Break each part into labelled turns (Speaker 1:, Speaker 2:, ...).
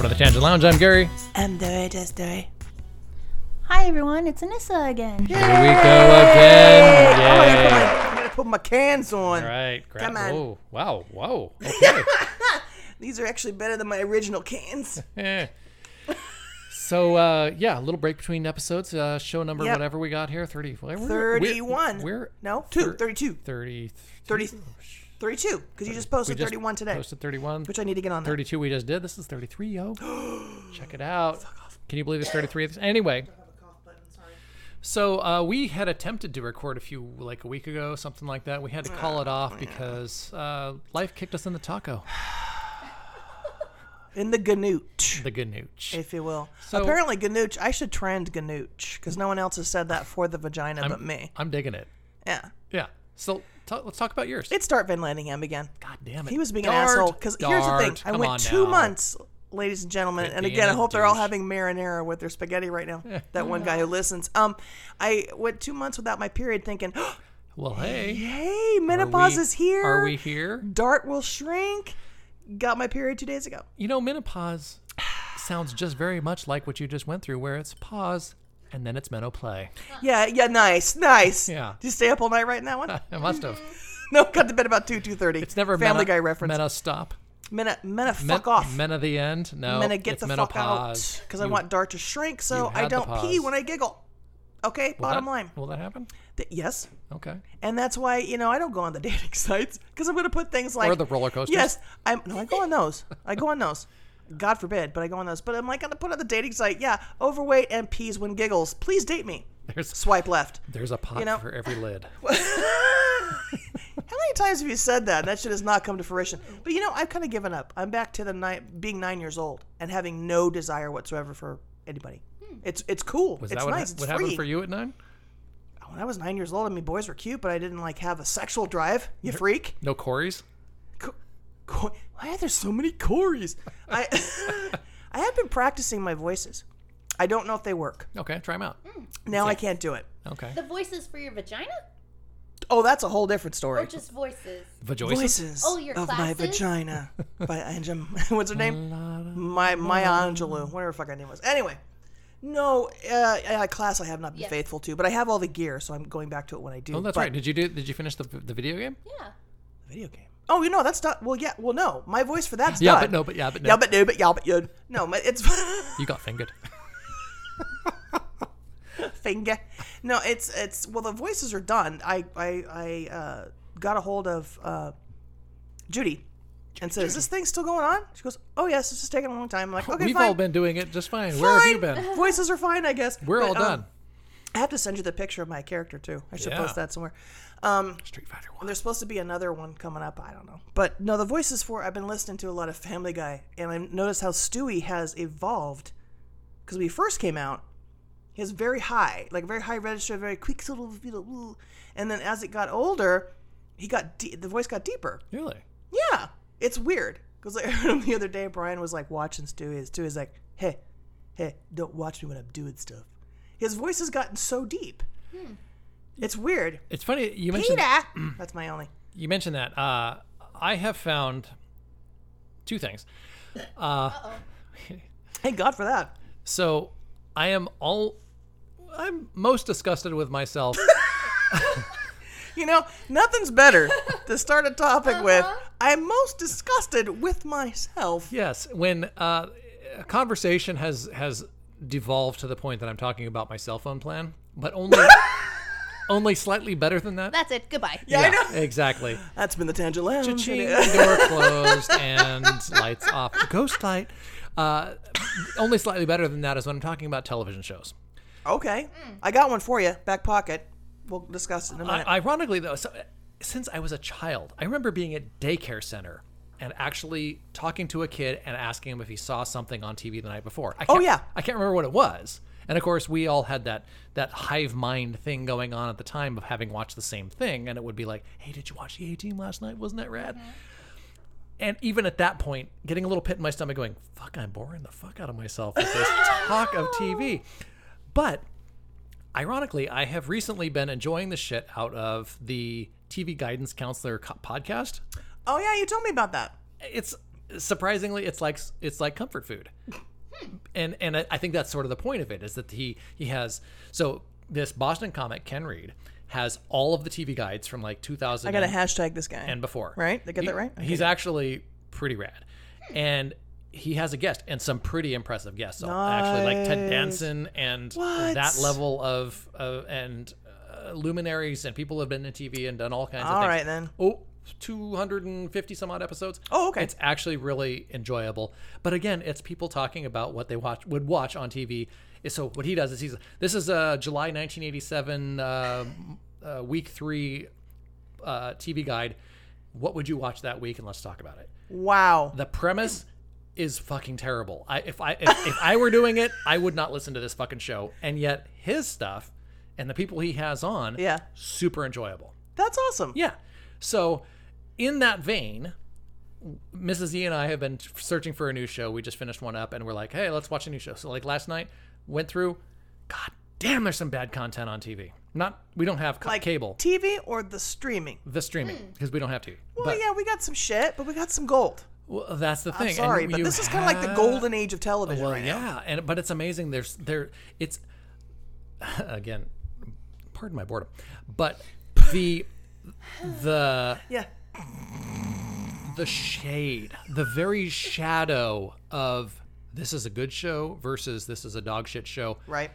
Speaker 1: Lounge. I'm Gary.
Speaker 2: I'm Dory, just Dory.
Speaker 3: Hi everyone, it's Anissa again.
Speaker 1: Here we go again.
Speaker 2: I'm, gonna put my,
Speaker 1: Yay.
Speaker 2: I'm gonna put my cans on.
Speaker 1: All right. Grab,
Speaker 2: Come on.
Speaker 1: whoa. Wow. Whoa. Okay.
Speaker 2: These are actually better than my original cans.
Speaker 1: Eh. so, uh, yeah, a little break between episodes. Uh, show number,
Speaker 2: Yep.
Speaker 1: whatever we got here 30. Well, we're- we're-
Speaker 2: 31.
Speaker 1: We're,
Speaker 2: no, two, 32.
Speaker 1: 30.
Speaker 2: 30,
Speaker 1: Oh,
Speaker 2: 32, because you just posted 31 today,
Speaker 1: Posted 31.
Speaker 2: which I need to get on there.
Speaker 1: 32 we just did. This is 33, yo. Check it out. Can you believe it's 33? Anyway. So uh, we had attempted to record a few like a week ago, something like that. We had to
Speaker 2: Ah,
Speaker 1: call it off because uh, life kicked us in the taco,
Speaker 2: In the Ganooch,
Speaker 1: the ganooch.
Speaker 2: if you will.
Speaker 1: So-
Speaker 2: Apparently, Ganooch, I should trend Ganooch, because no one else has said that for the vagina but me.
Speaker 1: I'm digging it.
Speaker 2: Yeah.
Speaker 1: Yeah. So t- let's talk about yours.
Speaker 2: It's Dart Van Landingham again.
Speaker 1: God damn it.
Speaker 2: He was being an
Speaker 1: Dart,
Speaker 2: asshole. Because here's the thing
Speaker 1: Dart,
Speaker 2: I
Speaker 1: come on
Speaker 2: went two
Speaker 1: now.
Speaker 2: months, ladies and gentlemen, and
Speaker 1: being
Speaker 2: again, I
Speaker 1: a
Speaker 2: hope they're all
Speaker 1: douche.
Speaker 2: having marinara with their spaghetti right now. that one guy who listens. Um, I went two months without my period thinking,
Speaker 1: Well, hey.
Speaker 2: hey,
Speaker 1: are
Speaker 2: menopause
Speaker 1: we-
Speaker 2: is here.
Speaker 1: Are we here?
Speaker 2: Dart will shrink. Got my period two days ago.
Speaker 1: You know, menopause sounds just very much like what you just went through, where it's pause and then it's menoplay.
Speaker 2: Yeah, yeah, nice, nice.
Speaker 1: Yeah.
Speaker 2: Did you stay up all night writing that one?
Speaker 1: I must have.
Speaker 2: no, got to bed about two, two thirty.
Speaker 1: It's never
Speaker 2: Family
Speaker 1: mena,
Speaker 2: Guy reference.
Speaker 1: Mena stop.
Speaker 2: Mena, mena,
Speaker 1: Men-
Speaker 2: fuck off.
Speaker 1: Men of the end. No.
Speaker 2: I'm gonna get
Speaker 1: it's
Speaker 2: the
Speaker 1: menopause.
Speaker 2: fuck out because I
Speaker 1: You-
Speaker 2: want Dart to shrink so
Speaker 1: you
Speaker 2: I
Speaker 1: had the
Speaker 2: don't pee
Speaker 1: pause.
Speaker 2: when I giggle. Okay,
Speaker 1: Will
Speaker 2: bottom
Speaker 1: that-
Speaker 2: line.
Speaker 1: Will that happen?
Speaker 2: Th- yes,
Speaker 1: Okay.
Speaker 2: and that's why you know I don't go on the dating sites because I'm gonna put things like
Speaker 1: Or the roller coasters.
Speaker 2: Yes, I'm. No, I go on those. I go on those. God forbid, but I go on those. But I'm like gonna put on the dating site. Yeah, overweight and pees when giggles. Please date me.
Speaker 1: There's
Speaker 2: Swipe left.
Speaker 1: there's a pot
Speaker 2: You know-
Speaker 1: for every lid.
Speaker 2: How many times have you said that? That shit has not come to fruition. But you know, I've kind of given up. I'm back to the night being nine years old and having no desire whatsoever for anybody. It's it's cool.
Speaker 1: Was
Speaker 2: it's
Speaker 1: that what, hap-
Speaker 2: nice. It's
Speaker 1: what
Speaker 2: free.
Speaker 1: happened for you at nine?
Speaker 2: When I was nine years old, I mean, boys were cute, but I didn't like have a sexual drive. You freak.
Speaker 1: No Corey's?
Speaker 2: Co- Co- Why are there so many Corys? I I have been practicing my voices. I don't know if they work.
Speaker 1: Okay, try them out.
Speaker 2: Mm. Now I can't do it.
Speaker 1: Okay.
Speaker 3: The voices for your vagina
Speaker 2: Oh, that's a whole different story.
Speaker 3: or just voices?
Speaker 1: Vajoices?
Speaker 2: Voices
Speaker 3: Oh, your
Speaker 2: of my
Speaker 3: classes?
Speaker 2: vagina by Angel. What's her name? My my Angelou, whatever the fuck her name was. Anyway, no uh, a class I have not been
Speaker 3: Yes.
Speaker 2: faithful to, but I have all the gear, so I'm going back to it when I do.
Speaker 1: Oh, that's
Speaker 2: But-
Speaker 1: right. Did you do? Did you finish the, the video game?
Speaker 3: Yeah.
Speaker 2: Video game. Oh, you know that's not. Well, yeah. Well, no. My voice for that's
Speaker 1: Yeah,
Speaker 2: done.
Speaker 1: but no, but yeah, but no.
Speaker 2: Yeah, but no, but yeah, but yeah. No, my, it's
Speaker 1: You got fingered.
Speaker 2: finger. No, it's it's. Well, the voices are done. I I I uh, got a hold of uh, Judy. And said, "Is this thing still going on?" She goes, "Oh yes, it's just taking a long time." I'm like, "Okay,
Speaker 1: We've
Speaker 2: fine."
Speaker 1: all been doing it just fine. Where have you
Speaker 2: Fine.
Speaker 1: been?
Speaker 2: Voices are fine, I guess.
Speaker 1: We're
Speaker 2: But,
Speaker 1: all
Speaker 2: um,
Speaker 1: done.
Speaker 2: I have to send you the picture of my character too. I should
Speaker 1: Yeah.
Speaker 2: post that somewhere. Um,
Speaker 1: Street Fighter One.
Speaker 2: there's supposed to be another one coming up. I don't know, but no, the voices for I've been listening to a lot of Family Guy, and I noticed how Stewie has evolved because when he first came out, he was very high, like very high register, very quick little, little, and then as it got older, he got de- the voice got deeper.
Speaker 1: Really?
Speaker 2: Yeah, it's weird because I heard him the other day. Brian was like watching Stewie. and Stewie's like, "Hey, hey, don't watch me when I'm doing stuff." His voice has gotten so deep. It's weird.
Speaker 1: It's funny you mentioned
Speaker 2: Peter, that's my only.
Speaker 1: you mentioned that. Uh, I have found two things.
Speaker 2: Thank God for that.
Speaker 1: So I am all I'm most disgusted with myself.
Speaker 2: You know, nothing's better to start a topic with. I'm most disgusted with myself.
Speaker 1: yes, when uh, a conversation has has devolved to the point that I'm talking about my cell phone plan, but only only slightly better than that.
Speaker 3: That's it. Goodbye.
Speaker 2: Yeah, I know.
Speaker 1: exactly.
Speaker 2: That's been the tangent lounge.
Speaker 1: Ching, door closed and lights off. Ghost light. Uh, only slightly better than that is when I'm talking about television shows.
Speaker 2: Okay, I got one for you. Back pocket. We'll discuss it in a minute.
Speaker 1: I, ironically, though, so, since I was a child, I remember being at daycare center and actually talking to a kid and asking him if he saw something on TV the night before. I
Speaker 2: Oh,
Speaker 1: can't-
Speaker 2: yeah.
Speaker 1: I can't remember what it was. And of course, we all had that that hive mind thing going on at the time of having watched the same thing, and it would be like, "Hey, did you watch the A Team last night? Wasn't that rad?" And even at that point, getting a little pit in my stomach, going, "Fuck, I'm boring the fuck out of myself with this talk of TV." But Ironically, I have recently been enjoying the shit out of the TV guidance counselor co- podcast.
Speaker 2: oh yeah, you told me about that.
Speaker 1: It's surprisingly, it's like it's like comfort food.
Speaker 2: Hmm.
Speaker 1: and and I I think that's sort of the point of it is that he he has so this Boston comic Ken Reed has all of the TV guides from like 2000.
Speaker 2: I gotta hashtag this guy.
Speaker 1: and before.
Speaker 2: Right? They got
Speaker 1: He-
Speaker 2: that right? Hmm.
Speaker 1: He's actually pretty rad. And he has a guest and some pretty impressive guests. So Actually, like Ted
Speaker 2: Nice.
Speaker 1: Danson and
Speaker 2: What?
Speaker 1: that level of, of and uh, luminaries and people who have been in TV and done all kinds of
Speaker 2: All
Speaker 1: things.
Speaker 2: right then.
Speaker 1: Oh, 250 some odd episodes.
Speaker 2: Oh, okay.
Speaker 1: It's actually really enjoyable. But again, it's people talking about what they watch would watch on TV. So what he does is he's this is a July 1987 uh, uh, week three uh, TV guide. What would you watch that week? And let's talk about it.
Speaker 2: Wow.
Speaker 1: The premise is fucking terrible. I if I if, if I were doing it, I would not listen to this fucking show. And yet his stuff and the people he has on,
Speaker 2: Yeah.
Speaker 1: super enjoyable.
Speaker 2: That's awesome.
Speaker 1: Yeah. So, in that vein, Mrs. E and I have been searching for a new show. We just finished one up and we're like, hey, let's watch a new show. So, like last night, went through, God damn, there's some bad content on TV. Not, we don't have co-
Speaker 2: Like
Speaker 1: cable,
Speaker 2: TV or the streaming?
Speaker 1: the streaming, because we don't have TV.
Speaker 2: Well,
Speaker 1: but
Speaker 2: yeah, we got some shit, but we got some gold.
Speaker 1: well, that's the thing.
Speaker 2: I'm
Speaker 1: and
Speaker 2: sorry, but
Speaker 1: you
Speaker 2: this is kind of like the
Speaker 1: have-
Speaker 2: golden age of television
Speaker 1: Well,
Speaker 2: right now.
Speaker 1: yeah, and but it's amazing. There's there, it's again, pardon my boredom, but the the
Speaker 2: Yeah.
Speaker 1: the shade, the very shadow of this is a good show versus this is a dog shit show.
Speaker 2: Right.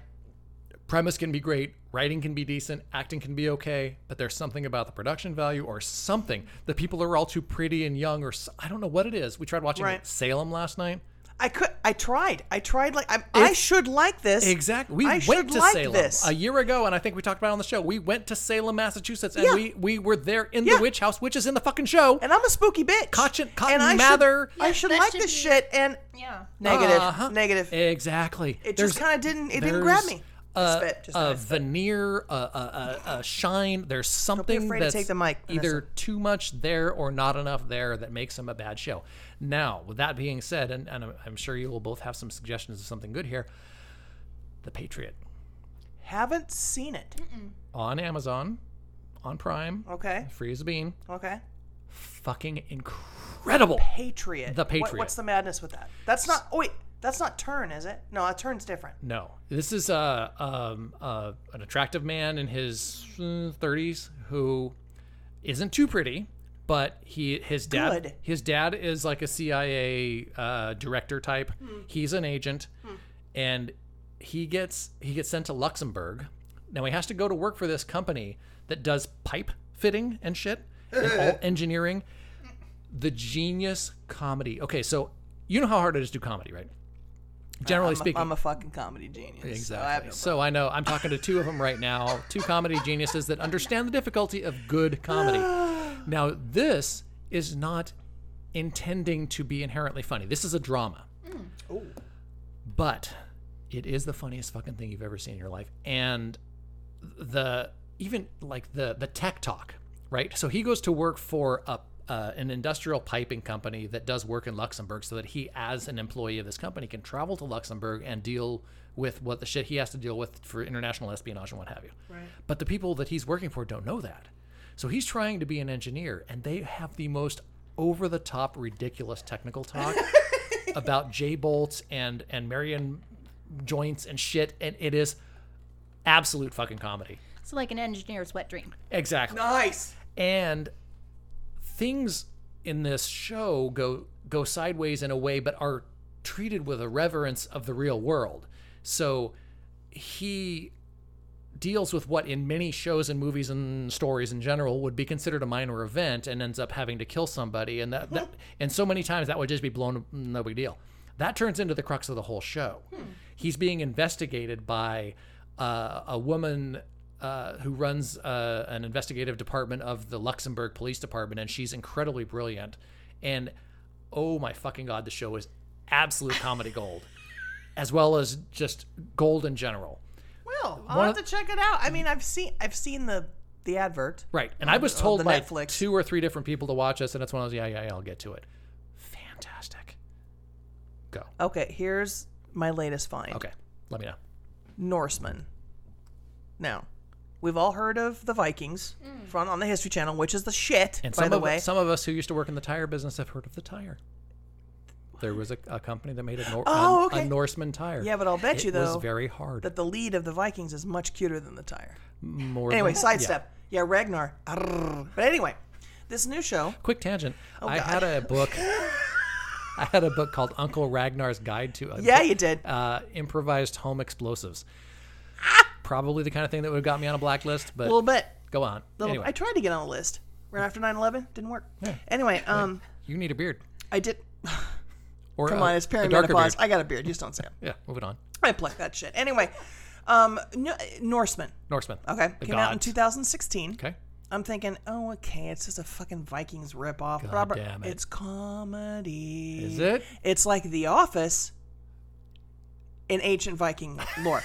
Speaker 1: Premise can be great, writing can be decent, acting can be okay, but there's something about the production value or something. The people are all too pretty and young, or s- I don't know what it is. We tried watching
Speaker 2: Right.
Speaker 1: Salem last night.
Speaker 2: I could. I tried. I tried. Like I, I should like this.
Speaker 1: Exactly. We
Speaker 2: I
Speaker 1: went
Speaker 2: should
Speaker 1: to
Speaker 2: like
Speaker 1: Salem
Speaker 2: this.
Speaker 1: a year ago, and I think we talked about it on the show. We went to Salem, Massachusetts, and
Speaker 2: Yeah.
Speaker 1: we, we were there in
Speaker 2: Yeah.
Speaker 1: the witch house, which is in the fucking show.
Speaker 2: and I'm a spooky bitch.
Speaker 1: Cotton- Cotton
Speaker 2: and I
Speaker 1: Mather.
Speaker 2: Should, I
Speaker 3: Yeah,
Speaker 2: should
Speaker 3: that
Speaker 2: like
Speaker 3: should
Speaker 2: this
Speaker 3: be-
Speaker 2: shit. And
Speaker 3: Yeah.
Speaker 2: negative.
Speaker 1: Uh-huh.
Speaker 2: Negative.
Speaker 1: Exactly.
Speaker 2: It just
Speaker 1: There's-
Speaker 2: kind of didn't. It didn't grab
Speaker 1: there's
Speaker 2: me.
Speaker 1: A,
Speaker 2: Just spit, just
Speaker 1: a
Speaker 2: nice.
Speaker 1: veneer, a, a, a, a shine. There's something
Speaker 2: afraid to
Speaker 1: that's
Speaker 2: take the mic,
Speaker 1: either too much there or not enough there that makes them a bad show. Now, with that being said, and, and I'm- I'm sure you will both have some suggestions of something good here. The Patriot
Speaker 2: Haven't seen it.
Speaker 1: on Amazon, on Prime,
Speaker 2: Okay.
Speaker 1: free as a bean.
Speaker 2: Okay.
Speaker 1: Fucking incredible.
Speaker 2: Patriot.
Speaker 1: The
Speaker 2: What-
Speaker 1: Patriot.
Speaker 2: what's the madness with that? That's not. Oh wait, that's not turn, is it? No, that turn's different.
Speaker 1: No, this is a um, uh, an attractive man in his mm, thirties who isn't too pretty, but he his dad
Speaker 2: Good.
Speaker 1: his dad is like a CIA uh, director type.
Speaker 2: Hmm.
Speaker 1: He's an agent, and he gets he gets sent to Luxembourg. Now he has to go to work for this company that does pipe fitting and shit and all engineering. The genius comedy. Okay, so you know how hard it is to do comedy, right? Generally
Speaker 2: I'm
Speaker 1: speaking,
Speaker 2: a, I'm a fucking comedy genius. So I have
Speaker 1: Exactly.
Speaker 2: no
Speaker 1: So I know I'm talking to two of them right now, two comedy geniuses that understand the difficulty of good comedy. Now, this is not intending to be inherently funny. This is a drama.
Speaker 2: Mm.
Speaker 1: But it is the funniest fucking thing you've ever seen in your life. And the even like the the tech talk, right? So he goes to work for a uh, an industrial piping company that does work in Luxembourg, so that he, as an employee of this company, can travel to Luxembourg and deal with what the shit he has to deal with for international espionage and what have you. Right. But the people that he's working for don't know that, so he's trying to be an engineer, and they have the most over the top, ridiculous technical talk about J bolts and and Marion joints and shit, and it is absolute fucking comedy.
Speaker 3: It's like an engineer's wet dream.
Speaker 1: Exactly.
Speaker 2: Nice.
Speaker 1: And things in this show go go sideways in a way, but are treated with a reverence of the real world. So he deals with what in many shows and movies and stories in general would be considered a minor event and ends up having to kill somebody and that, that and so many times that would just be blown no big deal that turns into the crux of the whole show he's being investigated by uh, a woman uh, who runs uh, an investigative department of the Luxembourg Police Department, and she's incredibly brilliant. And oh my fucking god, the show is absolute comedy gold, as well as just gold in general.
Speaker 2: Well, I'll
Speaker 1: One
Speaker 2: have
Speaker 1: of-
Speaker 2: to check it out. I mean, I've seen I've seen the the advert.
Speaker 1: Right. And I was
Speaker 2: the- on
Speaker 1: told
Speaker 2: the
Speaker 1: by
Speaker 2: Netflix.
Speaker 1: two or three different people to watch us, and it's one of those, yeah, yeah, yeah, I'll get to it. Fantastic. Go.
Speaker 2: Okay, here's my latest find.
Speaker 1: Okay. Let me know.
Speaker 2: Norseman. Now, we've all heard of the Vikings from on the History Channel, which is the shit.
Speaker 1: And
Speaker 2: by
Speaker 1: some
Speaker 2: the
Speaker 1: of
Speaker 2: way,
Speaker 1: some of us who used to work in the tire business have heard of the tire. There was a, a company that made a, Nor-
Speaker 2: Oh,
Speaker 1: a- a
Speaker 2: okay.
Speaker 1: Norseman tire.
Speaker 2: Yeah, but I'll bet
Speaker 1: it
Speaker 2: you,
Speaker 1: was
Speaker 2: though,
Speaker 1: very hard.
Speaker 2: that the lead of the Vikings is much cuter than the tire.
Speaker 1: More
Speaker 2: Anyway,
Speaker 1: than- yeah.
Speaker 2: sidestep. Yeah. Ragnar. Arrrr. But anyway, this new show.
Speaker 1: Quick tangent.
Speaker 2: Oh,
Speaker 1: I had a book. I had a book called Uncle Ragnar's Guide to uh,
Speaker 2: Yeah, you did.
Speaker 1: uh, Improvised Home Explosives.
Speaker 2: Ah!
Speaker 1: Probably the kind of thing that would have got me on a blacklist, but
Speaker 2: A little bit.
Speaker 1: go on.
Speaker 2: Little,
Speaker 1: anyway,
Speaker 2: I tried to get on the list right after 9/11. Didn't work. Anyway, um,
Speaker 1: you need a beard.
Speaker 2: I did.
Speaker 1: Or
Speaker 2: Come
Speaker 1: uh, a,
Speaker 2: on, it's
Speaker 1: a darker
Speaker 2: perimenopause.
Speaker 1: beard.
Speaker 2: I got a beard. Just don't say it.
Speaker 1: Yeah, moving on.
Speaker 2: I pluck that shit. Anyway, um, no, Norseman.
Speaker 1: Norseman.
Speaker 2: Okay,
Speaker 1: The
Speaker 2: came out in
Speaker 1: gods.
Speaker 2: 2016.
Speaker 1: Okay.
Speaker 2: I'm thinking, oh, okay, it's just a fucking Vikings ripoff.
Speaker 1: God
Speaker 2: Robert,
Speaker 1: damn it.
Speaker 2: it's comedy.
Speaker 1: Is it?
Speaker 2: It's like The Office in ancient Viking lore.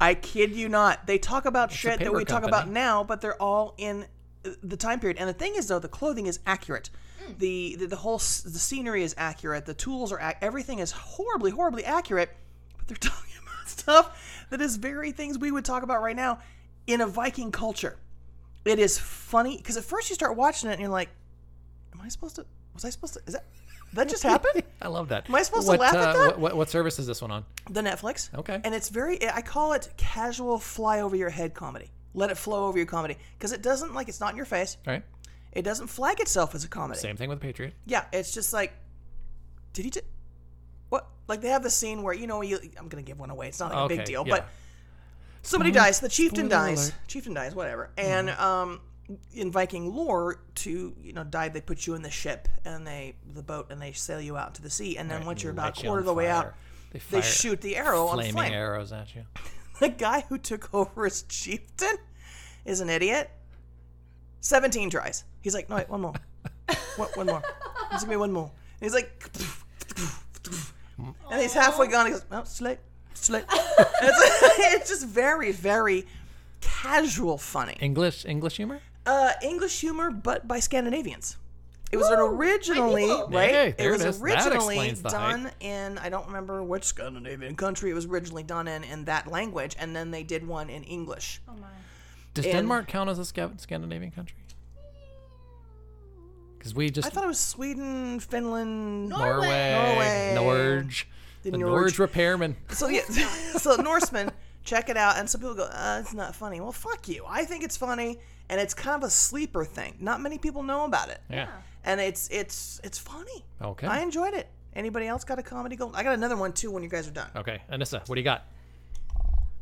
Speaker 2: I kid you not. They talk about shit that
Speaker 1: paper
Speaker 2: we talk
Speaker 1: company.
Speaker 2: about now, but they're all in uh, the time period. And the thing is, though, the clothing is accurate.
Speaker 1: Hmm.
Speaker 2: The, the the whole s- the scenery is accurate. The tools are ac- everything is horribly, horribly accurate. But they're talking about stuff that is very things we would talk about right now in a Viking culture. It is funny because at first you start watching it and you're like, "Am I supposed to? Was I supposed to? Is that that just happened?"
Speaker 1: I love that.
Speaker 2: Am I supposed to
Speaker 1: what,
Speaker 2: laugh at
Speaker 1: uh,
Speaker 2: that?
Speaker 1: What, what, what service is this one on?
Speaker 2: The Netflix.
Speaker 1: Okay.
Speaker 2: And it's very, I call it casual fly over your head comedy. Let it flow over your comedy. Because it doesn't, like, it's not in your face.
Speaker 1: All right.
Speaker 2: It doesn't flag itself as a comedy.
Speaker 1: Same thing with Patriot.
Speaker 2: Yeah, it's just like, did he just, what? Like, they have the scene where, you know, you, I'm going to give one away. It's not like a big
Speaker 1: Okay,
Speaker 2: deal.
Speaker 1: yeah.
Speaker 2: But somebody dies, the chieftain dies, chieftain dies, whatever. And
Speaker 1: Mm-hmm.
Speaker 2: um, in Viking lore, to you know die, they put you in the ship and they the boat and they sail you out to the sea. And then once you're about a
Speaker 1: Light you on
Speaker 2: quarter of the way out,
Speaker 1: fire. They,
Speaker 2: they
Speaker 1: fire
Speaker 2: shoot the arrow on
Speaker 1: flaming
Speaker 2: flame.
Speaker 1: arrows at you.
Speaker 2: The guy who took over as chieftain is an idiot. Seventeen tries. He's like, no, wait, one more, one, one more. Just give me one more. And he's like, and he's halfway gone. He goes, no, it's too late. It's too late. And it's, it's just very, very casual funny.
Speaker 1: English English humor.
Speaker 2: Uh, English humor, but by Scandinavians. It was an originally
Speaker 3: people.
Speaker 2: right.
Speaker 1: Hey,
Speaker 2: it
Speaker 1: there
Speaker 2: was
Speaker 1: it is. That
Speaker 2: originally
Speaker 1: explains the hype.
Speaker 2: done in I don't remember which Scandinavian country it was originally done in in that language, and then they did one in English.
Speaker 3: Oh my.
Speaker 1: Does
Speaker 2: And-
Speaker 1: Denmark count as a Sca- Scandinavian country? Because we
Speaker 2: I
Speaker 1: just
Speaker 2: thought it was Sweden, Finland.
Speaker 1: Norway,
Speaker 2: Norway.
Speaker 1: Norge,
Speaker 2: The
Speaker 1: the,
Speaker 2: Norge.
Speaker 1: Norge repairman.
Speaker 2: So yeah, so Norseman, check it out. And some people go, uh, "It's not funny." Well, fuck you. I think it's funny, and it's kind of a sleeper thing. Not many people know about it,
Speaker 1: Yeah.
Speaker 2: and it's it's it's funny.
Speaker 1: Okay.
Speaker 2: I enjoyed it. Anybody else got a comedy gold? I got another one too. When you guys are done.
Speaker 1: Okay, Anissa, what do you got?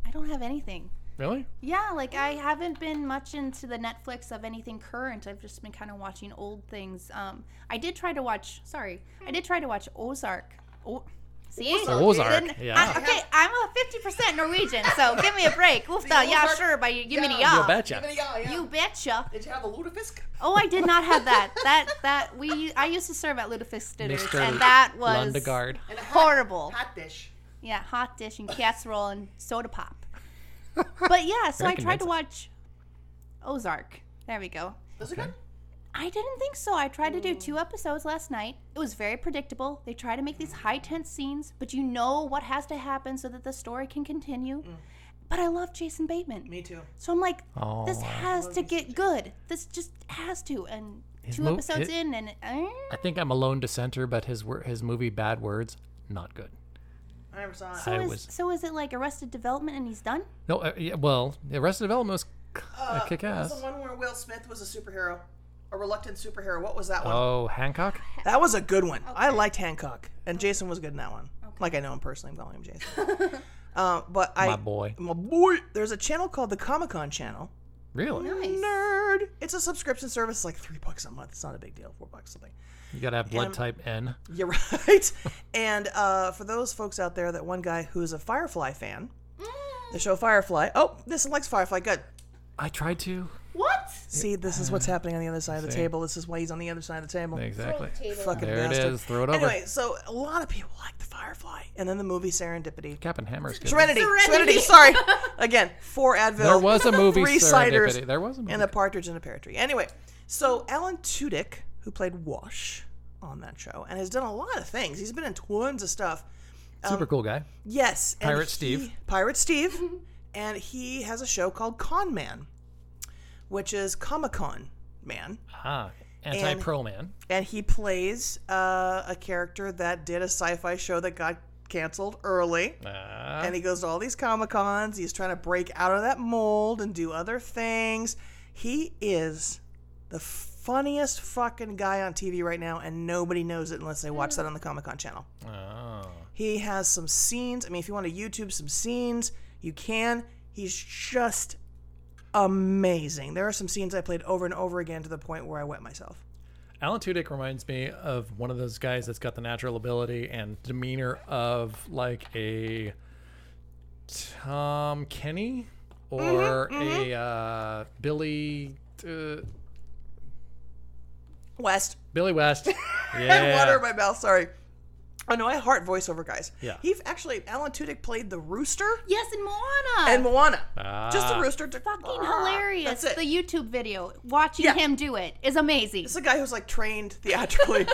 Speaker 3: I don't have anything.
Speaker 1: Really?
Speaker 3: Yeah, like I haven't been much into the Netflix of anything current. I've just been kind of watching old things. Um, I did try to watch. Sorry, I did try to watch Ozark. Oh, see,
Speaker 1: Oh, Ozark,
Speaker 3: Then-
Speaker 1: yeah.
Speaker 3: I- okay, I'm a fifty percent Norwegian, so give me a break. Oofda, yeah,
Speaker 2: Ozark-
Speaker 3: sure, by Yimini
Speaker 1: You
Speaker 3: Ya.
Speaker 1: betcha.
Speaker 3: You betcha.
Speaker 2: Did you have a lutefisk?
Speaker 3: Oh, I did not have that. That that we I used to serve at Ludafisk dinners,
Speaker 1: Mr.
Speaker 3: and that was
Speaker 1: Lundegaard.
Speaker 3: horrible.
Speaker 2: Hot dish.
Speaker 3: Yeah, hot dish and casserole and soda pop. But yeah, so
Speaker 1: Very
Speaker 3: I tried to
Speaker 1: convincing.
Speaker 3: watch Ozark. There we go.
Speaker 2: Those are good.
Speaker 3: I didn't think so. I tried to
Speaker 2: Mm.
Speaker 3: do two episodes last night. It was very predictable. They try to make these high tense scenes, but you know what has to happen so that the story can continue.
Speaker 2: Mm.
Speaker 3: But I love Jason Bateman.
Speaker 2: Me too.
Speaker 3: So I'm like,
Speaker 1: Oh,
Speaker 3: this
Speaker 1: wow.
Speaker 3: has to get good. This just has to. And
Speaker 1: His
Speaker 3: two
Speaker 1: mo-
Speaker 3: episodes
Speaker 1: hi-
Speaker 3: in, and eh,
Speaker 1: I think I'm a lone dissenter, but his wor- his movie Bad Words not good.
Speaker 2: I never saw it.
Speaker 3: so
Speaker 1: I
Speaker 3: is,
Speaker 1: was-
Speaker 3: so is it like Arrested Development, and he's done?
Speaker 1: No, uh, yeah, well, Arrested Development was k- uh, kick
Speaker 2: The
Speaker 1: ass.
Speaker 2: one where Will Smith was a superhero, a reluctant superhero. What was that one?
Speaker 1: Oh, Hancock.
Speaker 2: That was a good one. I liked Hancock, and Jason was good in that one. Like I know him personally, I'm calling him Jason. uh, but I,
Speaker 1: My boy.
Speaker 2: my boy, there's a channel called the Comic Con channel.
Speaker 1: Really?
Speaker 3: Nice.
Speaker 2: Nerd. It's a subscription service, like three bucks a month. It's not a big deal, four bucks something.
Speaker 1: You gotta have blood type N.
Speaker 2: You're right. and uh, for those folks out there, that one guy who's a Firefly fan, the show Firefly. Oh, this likes Firefly. Good.
Speaker 1: I tried to.
Speaker 3: What?
Speaker 2: See, this is what's happening on the other side of the table. This is why he's on the other side of the table.
Speaker 1: Exactly.
Speaker 2: Fucking
Speaker 1: There it
Speaker 2: bastard.
Speaker 1: is. Throw it over.
Speaker 2: Anyway, so a lot of people like the Firefly, and then the movie Serendipity.
Speaker 1: Cap and Hammer's good.
Speaker 2: Serenity.
Speaker 3: Serenity.
Speaker 2: Serenity. Sorry. Again, four Advil.
Speaker 1: There was a movie
Speaker 2: three ciders,
Speaker 1: Serendipity. There was a movie.
Speaker 2: and a partridge in a pear tree. Anyway, so Alan Tudyk, who played Wash on that show, and has done a lot of things. He's been in tons of stuff.
Speaker 1: Super cool guy.
Speaker 2: Yes, and
Speaker 1: Pirate
Speaker 2: he-
Speaker 1: Steve.
Speaker 2: Pirate Steve, and he has a show called Con Man, which is Comic Con Man.
Speaker 1: Ah, anti pro man.
Speaker 2: and he plays uh, a character that did a sci-fi show that got canceled early
Speaker 1: Ah.
Speaker 2: and he goes to all these comic cons he's trying to break out of that mold and do other things he is the funniest fucking guy on tv right now and nobody knows it unless they watch that on the comic con channel
Speaker 1: Oh.
Speaker 2: he has some scenes i mean if you want to youtube some scenes you can he's just amazing there are some scenes i played over and over again to the point where i wet myself
Speaker 1: Alan Tudyk reminds me of one of those guys that's got the natural ability and demeanor of like a Tom Kenny
Speaker 2: Mm-hmm,
Speaker 1: or a uh, Billy uh,
Speaker 2: west
Speaker 1: Billy West.
Speaker 2: I
Speaker 1: Yeah.
Speaker 2: water in my mouth. Sorry. Oh no, I heart voiceover guys.
Speaker 1: Yeah.
Speaker 2: He actually Alan Tudyk played the rooster
Speaker 3: Yes, and Moana.
Speaker 2: and Moana.
Speaker 1: Ah.
Speaker 2: Just the rooster. To,
Speaker 3: fucking hilarious.
Speaker 2: That's it.
Speaker 3: The YouTube video, watching
Speaker 2: Yeah.
Speaker 3: him do it is amazing.
Speaker 2: it's a guy who's like trained theatrically,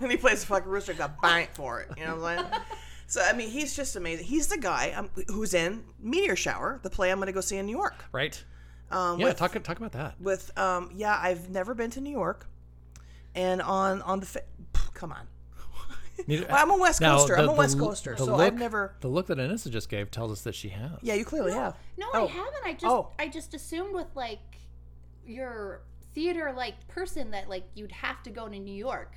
Speaker 2: and he plays the fucking rooster. Got banked for it. You know what I'm saying? So I mean, he's just amazing. He's the guy um, who's in Meteor Shower, the play I'm going to go see in New York.
Speaker 1: right.
Speaker 2: Um,
Speaker 1: Yeah,
Speaker 2: with,
Speaker 1: talk talk about that.
Speaker 2: with um, yeah, I've never been to New York, and on on the fa- pff, come on,
Speaker 1: Need-
Speaker 2: Well, I'm a West
Speaker 1: Now,
Speaker 2: Coaster. I'm
Speaker 1: the-
Speaker 2: a West
Speaker 1: the l-
Speaker 2: Coaster,
Speaker 1: the
Speaker 2: so I've
Speaker 1: look-
Speaker 2: never.
Speaker 1: The look that Anissa just gave tells us that she has.
Speaker 2: Yeah, you clearly have.
Speaker 3: No,
Speaker 2: Oh.
Speaker 3: I haven't. I just
Speaker 2: Oh.
Speaker 3: I just assumed with like your theater like person that like you'd have to go to New York.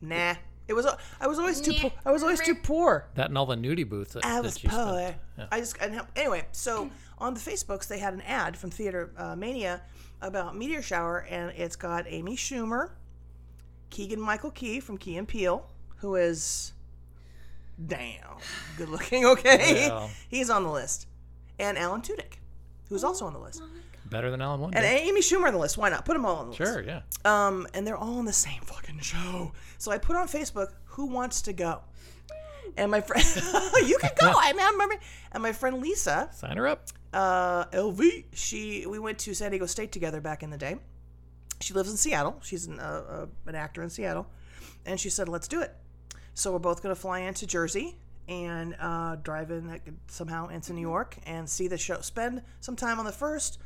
Speaker 2: Nah. It was I was always too
Speaker 3: Nah.
Speaker 2: poor. I was always too poor.
Speaker 1: That and all the nudie booths that,
Speaker 2: I
Speaker 1: that
Speaker 2: was
Speaker 1: she spent-
Speaker 2: poor.
Speaker 1: yeah.
Speaker 2: I just and anyway. So on the Facebooks, they had an ad from Theater uh, Mania about Meteor Shower, and it's got Amy Schumer, Keegan Michael Key from Key and Peele, who is damn good looking. Okay,
Speaker 1: Yeah.
Speaker 2: he's on the list, and Alan Tudyk, who's also on the list,
Speaker 1: Better than Alan Wonder.
Speaker 2: and Amy Schumer on the list. Why not put them all on the list?
Speaker 1: Oh, sure, yeah.
Speaker 2: Um, and they're all on the same fucking show. So I put on Facebook, "Who wants to go?" And my friend, you can go. I mean, I remember. And my friend Lisa,
Speaker 1: Sign her up.
Speaker 2: uh, LV, she we went to San Diego State together back in the day. She lives in Seattle. She's an, uh, uh, an actor in Seattle, and she said, "Let's do it." So we're both gonna fly into Jersey and uh, drive in like, somehow into New York and see the show. Spend some time on the first,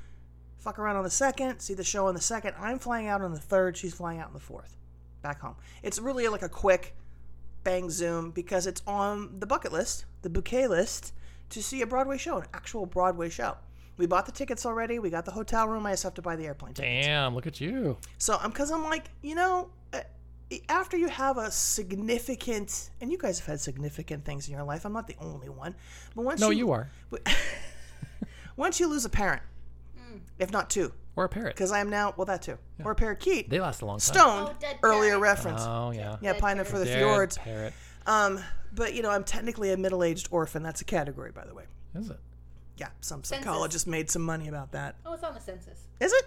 Speaker 2: fuck around on the second, see the show on the second. I'm flying out on the third. She's flying out on the fourth, back home. It's really like a quick bang zoom because it's on the bucket list, the bouquet list, to see a Broadway show, an actual Broadway show. We bought the tickets already. We got the hotel room. I just have to buy the airplane ticket.
Speaker 1: Damn, look at you.
Speaker 2: So I'm because I'm like, you know, uh, after you have a significant, and you guys have had significant things in your life. I'm not the only one, but once
Speaker 1: No,
Speaker 2: you,
Speaker 1: you are.
Speaker 2: once you lose a parent,
Speaker 3: Mm.
Speaker 2: if not two,
Speaker 1: Or a parrot.
Speaker 2: because I am now well that too, or a parakeet,
Speaker 1: They last a long time.
Speaker 2: stoned
Speaker 3: Oh, dead
Speaker 2: earlier
Speaker 3: parrot.
Speaker 2: reference.
Speaker 1: Oh yeah.
Speaker 2: yeah, pining for the
Speaker 1: Dead
Speaker 2: fjords.
Speaker 1: Parrot.
Speaker 2: Um, but you know, I'm technically a middle-aged orphan. That's a category, by the way.
Speaker 1: Is it?
Speaker 2: Yeah, some psychologist made some money about that.
Speaker 3: Oh, it's on the census.
Speaker 2: Is it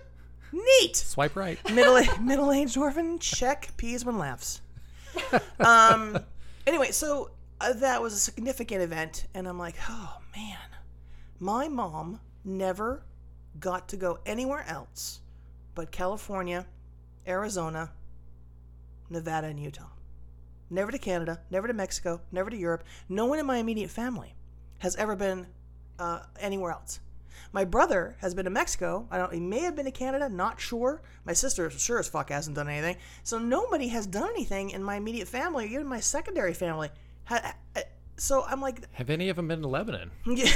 Speaker 2: neat?
Speaker 1: Swipe right.
Speaker 2: middle middle aged orphan. Check. Peas when laughs. Um. Anyway, so uh, that was a significant event, and I'm like, oh man, my mom never got to go anywhere else but California, Arizona, Nevada, and Utah. Never to Canada, never to Mexico, never to Europe. No one in my immediate family has ever been uh, anywhere else. My brother has been to Mexico. I don't. He may have been to Canada. Not sure. My sister sure as fuck hasn't done anything. So nobody has done anything in my immediate family, even my secondary family. Ha- ha- So I'm like,
Speaker 1: Have any of them been to Lebanon?
Speaker 2: yeah.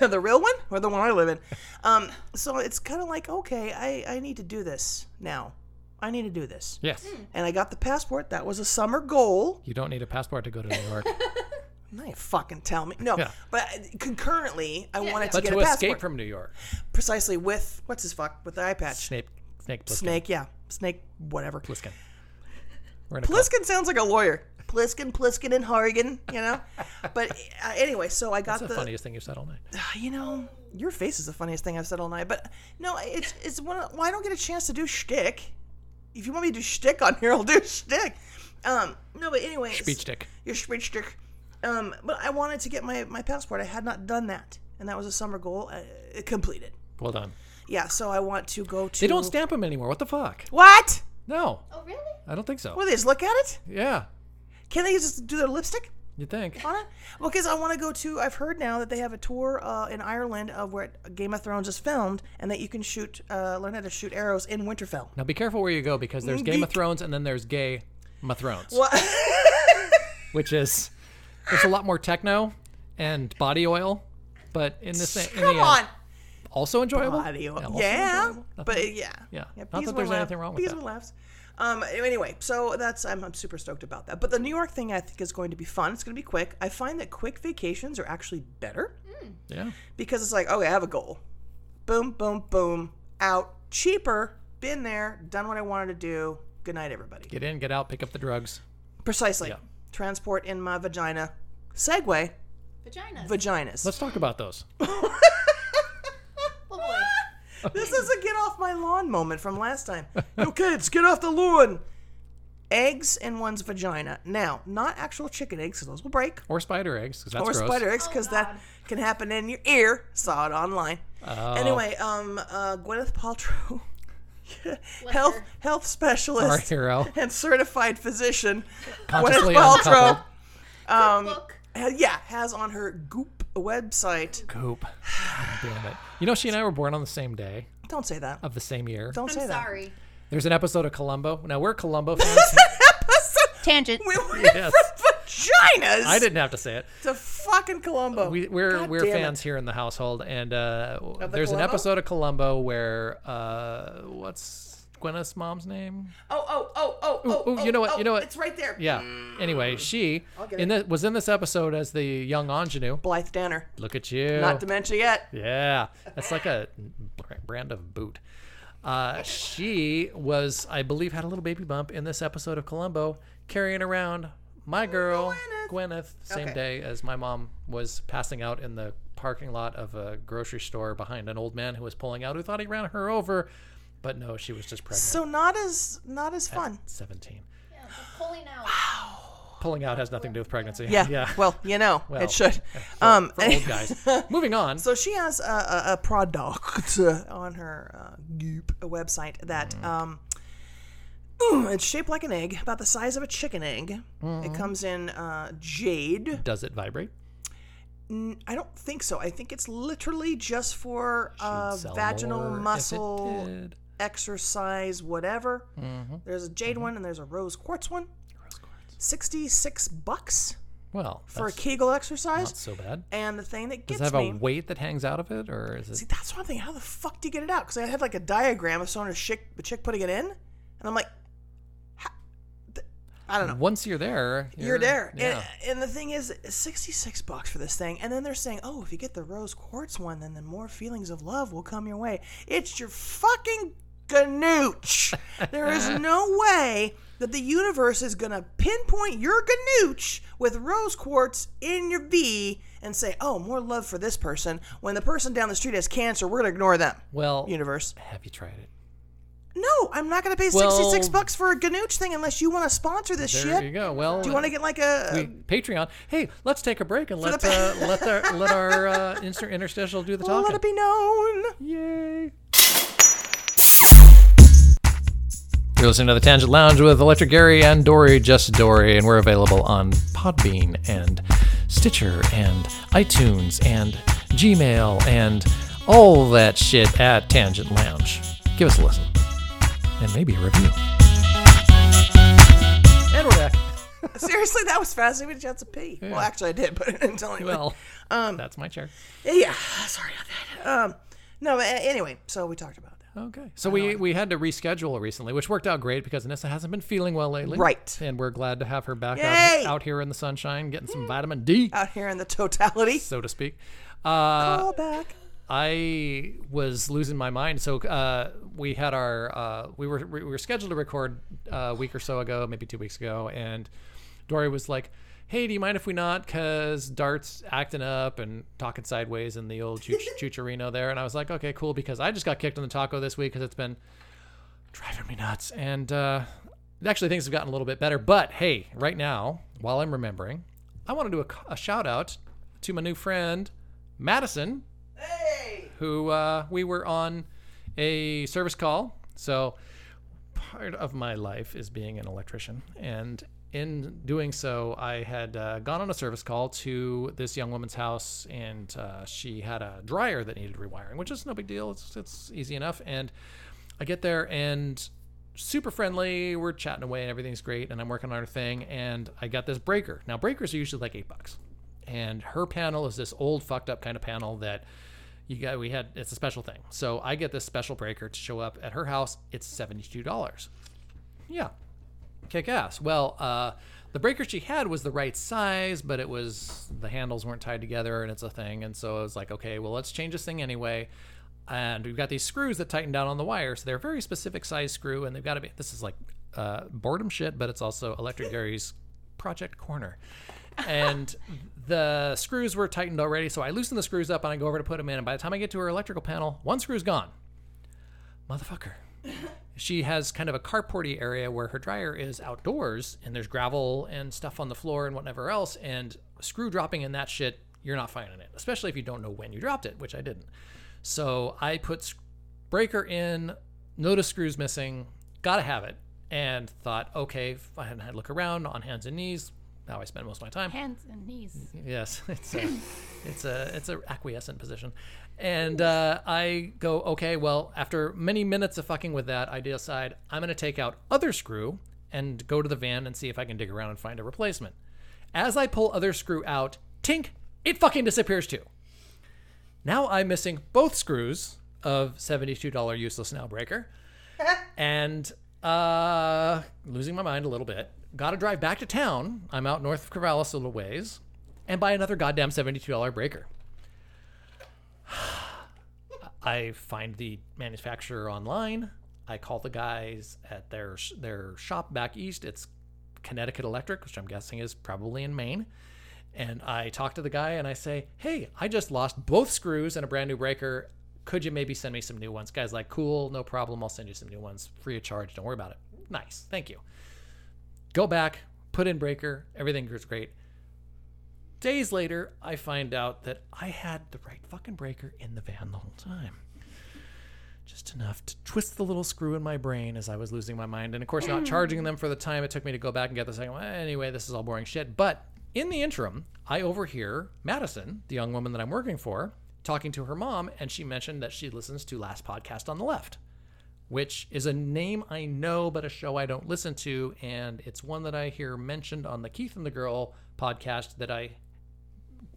Speaker 2: the real one or the one I live in. Um, so it's kind of like, okay, I, I need to do this now. I need to do this.
Speaker 1: Yes.
Speaker 2: And I got the passport. That was a summer goal.
Speaker 1: You don't need a passport to go to New York.
Speaker 2: Now you fucking tell me. No,
Speaker 1: Yeah.
Speaker 2: but concurrently, I wanted to
Speaker 1: but
Speaker 2: get
Speaker 1: to
Speaker 2: a
Speaker 1: escape
Speaker 2: passport.
Speaker 1: from New York.
Speaker 2: Precisely with, what's his fuck, with the eye patch.
Speaker 1: Snape Snake Plissken.
Speaker 2: Snake, yeah. Snake, whatever.
Speaker 1: Plissken. We're gonna call-
Speaker 2: Pliskin sounds like a lawyer. Pliskin, Pliskin, and Hargan, you know? but uh, anyway, so I got
Speaker 1: That's the,
Speaker 2: the.
Speaker 1: funniest thing you've said all night.
Speaker 2: you know, your face is the funniest thing I've said all night. But no, it's it's one. Of, well, I don't get a chance to do shtick. If you want me to do shtick on here, I'll do shtick. Um, no, but anyway,
Speaker 1: Speech stick.
Speaker 2: Your speech stick. Um, but I wanted to get my my passport. I had not done that, and that was a summer goal. Uh, it completed.
Speaker 1: Well done.
Speaker 2: Yeah, so I want to go to.
Speaker 1: They don't stamp them anymore. What the fuck?
Speaker 2: What?
Speaker 1: No,
Speaker 3: Oh, really?
Speaker 1: I don't think so.
Speaker 2: Well, they just look at it.
Speaker 1: Yeah.
Speaker 2: Can they just do their lipstick?
Speaker 1: You'd think.
Speaker 2: Wanna? Well, because I want to go to. I've heard now that they have a tour uh, in Ireland of where Game of Thrones is filmed, and that you can shoot, uh, learn how to shoot arrows in Winterfell.
Speaker 1: Now be careful where you go because
Speaker 2: Mm,
Speaker 1: there's Game of Thrones and then there's Gay Mathrones, which is there's a lot more techno and body oil, but in the same in the
Speaker 2: Come
Speaker 1: end,
Speaker 2: on,
Speaker 1: also enjoyable.
Speaker 2: audio.
Speaker 1: also
Speaker 2: Yeah,
Speaker 1: enjoyable.
Speaker 2: but yeah,
Speaker 1: Yeah. Not
Speaker 2: peas
Speaker 1: that
Speaker 2: with
Speaker 1: there's
Speaker 2: laugh-
Speaker 1: anything wrong with
Speaker 2: peas
Speaker 1: that.
Speaker 2: laughs. Um, anyway, so that's I'm, I'm super stoked about that. But the New York thing I think is going to be fun. It's going to be quick. I find that quick vacations are actually better
Speaker 1: Yeah.
Speaker 2: because it's like, okay, I have a goal. Boom, boom, boom. Out. Cheaper. Been there. Done what I wanted to do. Good night, everybody.
Speaker 1: Get in, get out, pick up the drugs.
Speaker 2: Precisely.
Speaker 1: Yeah.
Speaker 2: Transport in my vagina. Segway.
Speaker 3: Vagina.
Speaker 2: Vaginas.
Speaker 1: Let's talk about those.
Speaker 3: oh boy.
Speaker 2: this is a get off my lawn moment from last time. You kids, get off the lawn. Eggs in one's vagina. Now, not actual chicken eggs, 'cause those will break.
Speaker 1: Or spider eggs, 'cause that's
Speaker 2: or
Speaker 1: gross.
Speaker 2: spider eggs, because that can happen in your ear. Saw it online.
Speaker 1: Oh, Uh-huh.
Speaker 2: Anyway, um, uh, Gwyneth Paltrow, health
Speaker 3: her.
Speaker 2: health
Speaker 1: Our
Speaker 2: specialist
Speaker 1: hero.
Speaker 2: and certified physician, Gwyneth
Speaker 1: Consciously
Speaker 2: Paltrow.
Speaker 1: uncoupled.
Speaker 2: Um,
Speaker 3: Look.
Speaker 2: ha- Yeah, has on her Goop website.
Speaker 1: Coop. God Damn it. You know, she and I were born on the same day
Speaker 2: Don't say that.
Speaker 1: of the same year.
Speaker 2: Don't say
Speaker 3: I'm
Speaker 2: that.
Speaker 3: sorry.
Speaker 1: There's an episode of Columbo. Now we're Columbo fans.
Speaker 3: Tangent.
Speaker 2: We went
Speaker 1: Yes.
Speaker 2: from vaginas
Speaker 1: I didn't have to say it.
Speaker 2: to fucking Colombo.
Speaker 1: We, we're
Speaker 2: God
Speaker 1: we're
Speaker 2: damn it.
Speaker 1: fans here in the household, and uh,
Speaker 2: the
Speaker 1: there's an
Speaker 2: Columbo?
Speaker 1: episode of Columbo where uh, what's Gwyneth's mom's name?
Speaker 2: Oh, oh, oh, oh, oh,
Speaker 1: ooh,
Speaker 2: oh,
Speaker 1: you know what,
Speaker 2: oh,
Speaker 1: you know what.
Speaker 2: It's right there.
Speaker 1: Yeah. Anyway, she
Speaker 2: get
Speaker 1: in the, was in this episode as the young ingenue.
Speaker 2: Blythe Danner.
Speaker 1: Look at you.
Speaker 2: Not dementia yet.
Speaker 1: Yeah, that's like a br- brand of boot. Uh, she was, I believe, had a little baby bump in this episode of Columbo, carrying around my girl Gwyneth, same
Speaker 2: Okay.
Speaker 1: day as my mom was passing out in the parking lot of a grocery store behind an old man who was pulling out who thought he ran her over, but no, she was just pregnant.
Speaker 2: So not as not as
Speaker 1: Uh,
Speaker 2: fun.
Speaker 1: Seventeen.
Speaker 3: Pulling out.
Speaker 1: Pulling out has nothing to do with pregnancy.
Speaker 2: Yeah.
Speaker 1: yeah.
Speaker 2: Well, you know,
Speaker 1: Well,
Speaker 2: it should. um.
Speaker 1: For old guys. Moving on.
Speaker 2: So she has a, a, a product uh, on her uh, Goop website that um, mm, it's shaped like an egg, about the size of a chicken egg.
Speaker 1: Mm-hmm.
Speaker 2: It comes in uh, jade.
Speaker 1: Does it vibrate?
Speaker 2: N- I don't think so. I think it's literally just for uh,
Speaker 1: Sell
Speaker 2: vaginal
Speaker 1: more if it
Speaker 2: muscle
Speaker 1: did.
Speaker 2: exercise, whatever.
Speaker 1: Mm-hmm.
Speaker 2: There's a jade one and there's a rose quartz one. Sixty-six bucks
Speaker 1: Well,
Speaker 2: for a
Speaker 1: that's
Speaker 2: Kegel
Speaker 1: not
Speaker 2: exercise,
Speaker 1: so bad.
Speaker 2: and the thing that
Speaker 1: Does
Speaker 2: gets
Speaker 1: it have
Speaker 2: me.
Speaker 1: a weight that hangs out of it, or is
Speaker 2: See,
Speaker 1: it?
Speaker 2: that's what I'm thinking. How the fuck do you get it out? Because I had like a diagram of someone a chick, a chick putting it in, and I'm like, "Ha- th- I don't know.
Speaker 1: Once you're there, you're,
Speaker 2: You're there.
Speaker 1: Yeah.
Speaker 2: And, and the thing is, it's 66 bucks for this thing. And then they're saying, oh, if you get the rose quartz one, then the more feelings of love will come your way. It's your fucking ganooch. there is no way that the universe is going to pinpoint your ganooch with rose quartz in your V and say, oh, more love for this person. When the person down the street has cancer, we're going to ignore them.
Speaker 1: well,
Speaker 2: Universe.
Speaker 1: have you tried it?
Speaker 2: No, I'm not going to pay 66
Speaker 1: Well-
Speaker 2: bucks for a ganooch thing unless you want to sponsor this
Speaker 1: There you
Speaker 2: shit.
Speaker 1: go. Well,
Speaker 2: Do you want to get like a.
Speaker 1: we, Patreon? Hey, let's take a break and let
Speaker 2: the
Speaker 1: uh, let our let our uh, inter- interstitial do the talking.
Speaker 2: Let it be known.
Speaker 1: Yay! You're listening to the Tangent Lounge with Electric Gary and Dory, just Dory, and we're available on Podbean and Stitcher and iTunes and Gmail and all that shit at Tangent Lounge. Give us a listen and maybe a review. And we're back.
Speaker 2: Seriously, that was fast. I even had a chance to pee. Well, actually, I did, but I didn't tell anyone.
Speaker 1: Well, that's my chair.
Speaker 2: yeah, sorry about that. Um, no, but a- anyway, so we talked about that.
Speaker 1: Okay. So we, we had to reschedule recently, which worked out great because Anissa hasn't been feeling well lately.
Speaker 2: Right.
Speaker 1: And we're glad to have her back
Speaker 2: Yay! Hmm.
Speaker 1: out, out here in the sunshine, getting some vitamin D,
Speaker 2: Out here in the totality.
Speaker 1: so to speak. Uh,
Speaker 2: All back.
Speaker 1: I was losing my mind. So uh, we had our uh, we were we were scheduled to record uh, a week or so ago, maybe two weeks ago, and Dory was like, "Hey, do you mind if we not? Cause Dart's acting up and talking sideways in the old chuch- chucharino there." And I was like, "Okay, cool," because I just got kicked in the taco this week because it's been driving me nuts. And uh, actually, things have gotten a little bit better. But hey, right now, while I'm remembering, I want to do a, c- a shout out to my new friend Madison who uh, we were on a service call. So part of my life is being an electrician, and in doing so, I had uh, gone on a service call to this young woman's house, and uh, she had a dryer that needed rewiring, which is no big deal. It's it's easy enough. And I get there and super friendly. We're chatting away, and everything's great. And I'm working on her thing, and I got this breaker. Now breakers are usually like eight bucks, and her panel is this old fucked up kind of panel that. You got we had it's a special thing. So I get this special breaker to show up at her house. It's seventy two dollars. Yeah, kick ass. Well, uh, the breaker she had was the right size, but it was the handles weren't tied together, and it's a thing. And so I was like, okay, well, let's change this thing anyway. And we've got these screws that tighten down on the wire, so they're a very specific size screw, and they've got to be. This is like uh, boredom shit, but it's also Electric Gary's project corner. And the screws were tightened already, so I loosen the screws up and I go over to put them in. And by the time I get to her electrical panel, one screw's gone. Motherfucker she has kind of a carporty area where her dryer is outdoors and there's gravel and stuff on the floor and whatever else and screw dropping in that shit you're not finding it especially if you don't know when you dropped it which i didn't so i put sc- breaker in noticed screws missing gotta have it and thought okay if i had to look around on hands and knees how i spend most of my time
Speaker 3: Hands and knees.
Speaker 1: Yes, it's a, it's a, it's a acquiescent position, and uh, I go okay. Well, after many minutes of fucking with that, I decide I'm gonna take out other screw and go to the van and see if I can dig around and find a replacement. As I pull other screw out, tink, it fucking disappears too. Now I'm missing both screws of seventy-two dollar useless now breaker, and uh, losing my mind a little bit. Got to drive back to town. I'm out north of Corvallis a little ways, and buy another goddamn seventy-two dollar breaker. I find the manufacturer online. I call the guys at their their shop back east. It's Connecticut Electric, which I'm guessing is probably in Maine. And I talk to the guy and I say, "Hey, I just lost both screws and a brand new breaker. Could you maybe send me some new ones?" Guys like, "Cool, no problem. I'll send you some new ones, free of charge. Don't worry about it." Nice, thank you. Go back, put in breaker. Everything goes great. Days later, I find out that I had the right fucking breaker in the van the whole time. Just enough to twist the little screw in my brain as I was losing my mind. And of course, not charging them for the time it took me to go back and get the second one. Anyway, this is all boring shit. But in the interim, I overhear Madison, the young woman that I'm working for, talking to her mom, and she mentioned that she listens to Last Podcast on the Left which is a name I know, but a show I don't listen to. And it's one that I hear mentioned on the Keith and the Girl podcast that I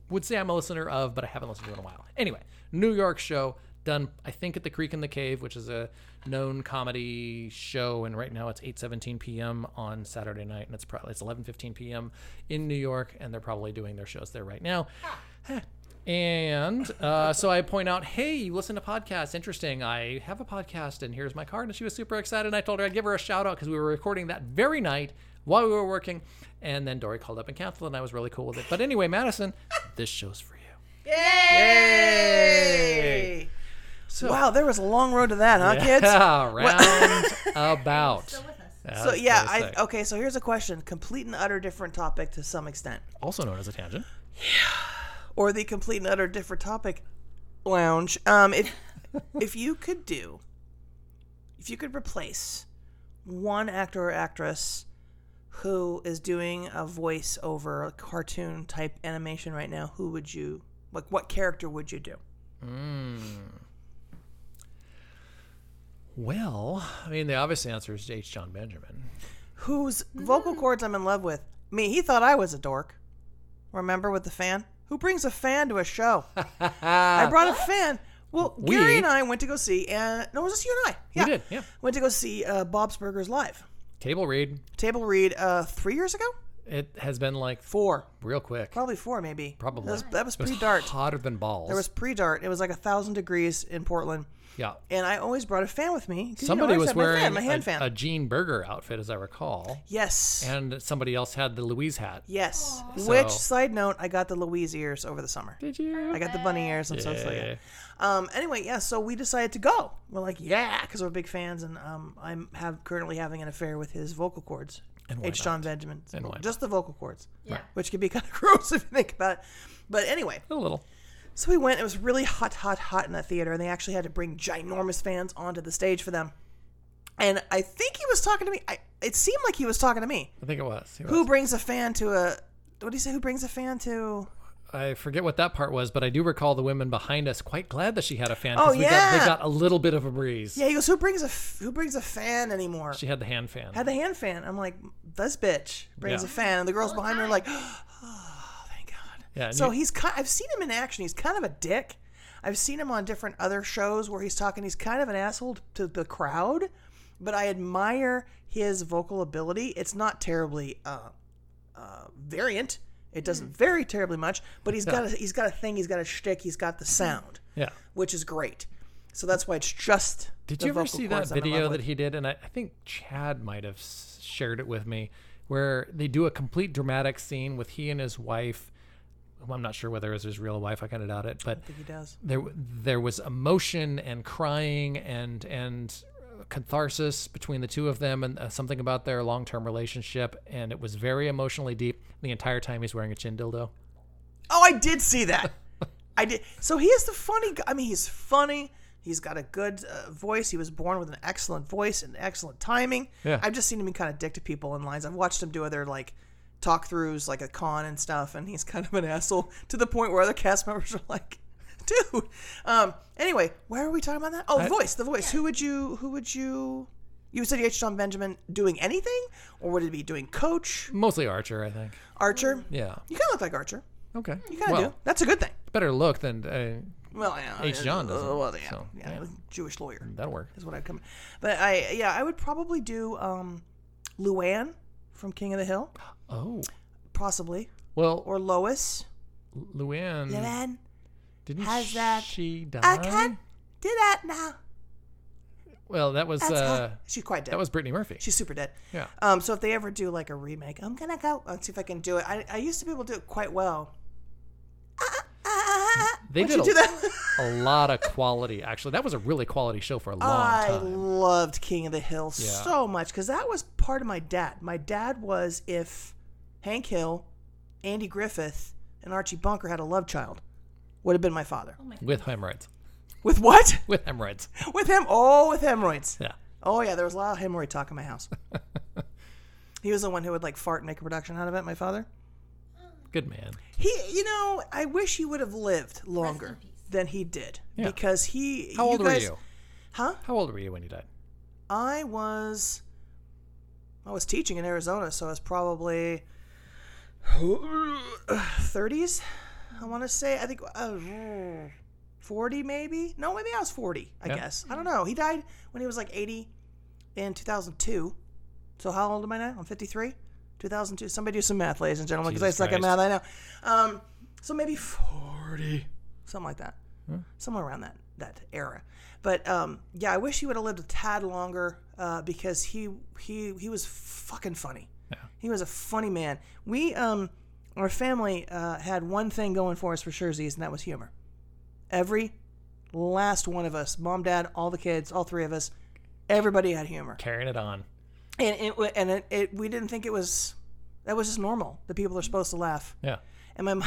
Speaker 1: would say I'm a listener of, but I haven't listened to in a while. Anyway, New York show done, I think, at the Creek in the Cave, which is a known comedy show. And right now it's 8:17 p.m. on Saturday night, and it's probably it's 11:15 p.m. in New York, and they're probably doing their shows there right now. And uh, so I point out, hey, you listen to podcasts. Interesting. I have a podcast, and here's my card. And she was super excited. And I told her I'd give her a shout out because we were recording that very night while we were working. And then Dory called up and canceled, and I was really cool with it. But anyway, Madison, this show's for you.
Speaker 2: Yay!
Speaker 1: So,
Speaker 2: Wow, there was a long road to that, huh, kids?
Speaker 1: Yeah, round about.
Speaker 3: Still with us.
Speaker 2: So
Speaker 1: As
Speaker 2: yeah,
Speaker 1: they
Speaker 2: I oh.
Speaker 1: say.
Speaker 2: okay. So here's a question: complete and utter different topic to some extent,
Speaker 1: also known as a tangent.
Speaker 2: or the complete and utter different topic lounge. Um, if if you could do, if you could replace one actor or actress who is doing a voice over a cartoon type animation right now, who would you like? What character would you do?
Speaker 1: Well, I mean, the obvious answer is H. John Benjamin.
Speaker 2: Whose vocal
Speaker 1: Hmm.
Speaker 2: cords I'm in love with? I mean, he thought I was a dork. Remember with the fan? Who brings a fan to a show? I brought a fan. Well,
Speaker 1: We-
Speaker 2: Gary and I went to go see, and no, it was just you and I.
Speaker 1: We did, yeah.
Speaker 2: Went to go see uh, Bob's Burgers live.
Speaker 1: Table read.
Speaker 2: Table read uh, three years ago,
Speaker 1: It has been like
Speaker 2: four,
Speaker 1: real quick.
Speaker 2: probably four, maybe.
Speaker 1: Probably.
Speaker 2: that was, that was
Speaker 1: It was
Speaker 2: pre-dart.
Speaker 1: Hotter than balls.
Speaker 2: There was pre-dart. It was like a thousand degrees in Portland,
Speaker 1: yeah.
Speaker 2: and I always brought a fan with me. 'cause, you know, I
Speaker 1: Somebody
Speaker 2: always
Speaker 1: was
Speaker 2: had my fan,
Speaker 1: wearing
Speaker 2: my hand
Speaker 1: a,
Speaker 2: fan.
Speaker 1: a Gene Burger outfit, as I recall,
Speaker 2: yes.
Speaker 1: and somebody else had the Louise hat.
Speaker 2: Yes.
Speaker 1: So-
Speaker 2: Which side note, I got the Louise ears over the summer.
Speaker 1: Did you?
Speaker 2: I got the bunny ears. I'm so
Speaker 1: Yeah.
Speaker 2: excited. Um, anyway, yeah. So we decided to go. We're like, yeah, because we're big fans, and um, I'm have currently having an affair with his vocal cords.
Speaker 1: And why
Speaker 2: H. John Benjamin.
Speaker 1: And why
Speaker 2: just the vocal cords,
Speaker 3: Yeah.
Speaker 2: which can be kind of gross if you think about it. But anyway,
Speaker 1: A little.
Speaker 2: so we went. It was really hot, hot, hot in that theater, and they actually had to bring ginormous fans onto the stage for them. and I think he was talking to me. I, it seemed like he was talking to me.
Speaker 1: I think it was. He
Speaker 2: Who
Speaker 1: was.
Speaker 2: brings a fan to a? What do you say? Who brings a fan to?
Speaker 1: I forget what that part was, but I do recall the women behind us quite glad that she had a fan because
Speaker 2: Oh,
Speaker 1: we got, they
Speaker 2: yeah.
Speaker 1: got a little bit of a breeze.
Speaker 2: Yeah, he goes. Who brings a? f- Who brings a fan anymore?
Speaker 1: She had the hand fan.
Speaker 2: had the hand fan. I'm like, this bitch brings
Speaker 1: Yeah.
Speaker 2: a fan, and the girls behind me are like, oh, thank God.
Speaker 1: Yeah, and
Speaker 2: so
Speaker 1: you-
Speaker 2: he's kind. I've seen him in action. He's kind of a dick. I've seen him on different other shows where he's talking. He's kind of an asshole to the crowd, but I admire his vocal ability. It's not terribly uh, uh, variant. It doesn't vary terribly much, but he's got a, he's got a thing. He's got a shtick. He's got the sound,
Speaker 1: yeah.
Speaker 2: which is great. So that's why it's just.
Speaker 1: Did
Speaker 2: the
Speaker 1: you ever
Speaker 2: vocal
Speaker 1: see that
Speaker 2: cords I'm in love
Speaker 1: video
Speaker 2: with.
Speaker 1: that he did? And I, I think Chad might have s- shared it with me, where they do a complete dramatic scene with he and his wife. who I'm not sure whether it was his real wife. I kind of doubt it, but
Speaker 2: he does?
Speaker 1: there w- there was emotion and crying and and catharsis between the two of them and uh, something about their long-term relationship and it was very emotionally deep the entire time he's wearing a chin dildo
Speaker 2: Oh, I did see that. I did. So he is the funny guy. I mean, he's funny. He's got a good uh, voice. He was born with an excellent voice and excellent timing.
Speaker 1: Yeah.
Speaker 2: I've just seen him be kind of dick to people in lines. I've watched him do other like talk throughs, like a con and stuff, and he's kind of an asshole to the point where other cast members are like, "Dude." Um. Anyway, why are we talking about that? Oh, the voice. The voice. Who would you? Who would you? You said you had John Benjamin doing anything, or would it be doing coach
Speaker 1: mostly archer i think
Speaker 2: Archer?
Speaker 1: yeah
Speaker 2: You kind of look like Archer.
Speaker 1: okay
Speaker 2: You kind of
Speaker 1: well,
Speaker 2: do. That's a good thing.
Speaker 1: better look than uh,
Speaker 2: Well, yeah,
Speaker 1: H.
Speaker 2: uh,
Speaker 1: John
Speaker 2: uh,
Speaker 1: doesn't,
Speaker 2: well, yeah,
Speaker 1: so,
Speaker 2: yeah,
Speaker 1: yeah.
Speaker 2: Jewish lawyer
Speaker 1: that'll work
Speaker 2: is what I'd come. But I, yeah, I would probably do um, Luann from King of the Hill,
Speaker 1: oh
Speaker 2: possibly,
Speaker 1: well
Speaker 2: or Lois.
Speaker 1: luann
Speaker 2: Luann,
Speaker 1: Didn't
Speaker 2: Has that-
Speaker 1: she die?
Speaker 2: I can't do that now.
Speaker 1: Well, that was
Speaker 2: That's
Speaker 1: uh,
Speaker 2: her. She's quite dead.
Speaker 1: that was Brittany Murphy.
Speaker 2: She's super dead.
Speaker 1: Yeah.
Speaker 2: Um, so if they ever do like a remake, I'm gonna go. Let's see if I can do it. I, I used to be able to do it quite well.
Speaker 1: They
Speaker 2: Would
Speaker 1: did
Speaker 2: you
Speaker 1: a,
Speaker 2: do that?
Speaker 1: a lot of quality. Actually, that was a really quality show for a long
Speaker 2: I
Speaker 1: time.
Speaker 2: loved King of the Hill
Speaker 1: Yeah.
Speaker 2: so much because that was part of my dad. My dad was if Hank Hill, Andy Griffith, and Archie Bunker had a love child, would have been my father.
Speaker 1: With hemorrhoids.
Speaker 2: With what?
Speaker 1: With hemorrhoids.
Speaker 2: With him? Oh, with hemorrhoids.
Speaker 1: Yeah.
Speaker 2: Oh yeah, there was a lot of hemorrhoid talk in my house. he was the one who would like fart and make a production out of it. My father.
Speaker 1: Good man.
Speaker 2: He, you know, I wish he would have lived longer than he did
Speaker 1: Yeah.
Speaker 2: because he.
Speaker 1: How
Speaker 2: you
Speaker 1: old
Speaker 2: guys-
Speaker 1: were you?
Speaker 2: Huh?
Speaker 1: How old were you when you died?
Speaker 2: I was I was teaching in Arizona, so I was probably 30s. I want to say I think uh, 40 maybe. No, maybe I was 40. I
Speaker 1: Yeah.
Speaker 2: guess I don't know. He died when he was like 80 in 2002. So how old am I now? I'm 53. 2002. Somebody do some math, ladies and gentlemen, because I
Speaker 1: Jesus
Speaker 2: suck at
Speaker 1: Christ.
Speaker 2: math. I know. Um, so maybe 40, something like that somewhere around that that era. But um, yeah, I wish he would have lived a tad longer uh, because he he he was fucking funny.
Speaker 1: Yeah.
Speaker 2: He was a funny man. We um our family uh, had one thing going for us for sure, Z's, and that was humor. Every last one of us, mom, dad, all the kids, all three of us, everybody had humor,
Speaker 1: Carrying it on.
Speaker 2: and it wa- and it, it we didn't think it was that was just normal that people are supposed to laugh.
Speaker 1: Yeah.
Speaker 2: And my mom,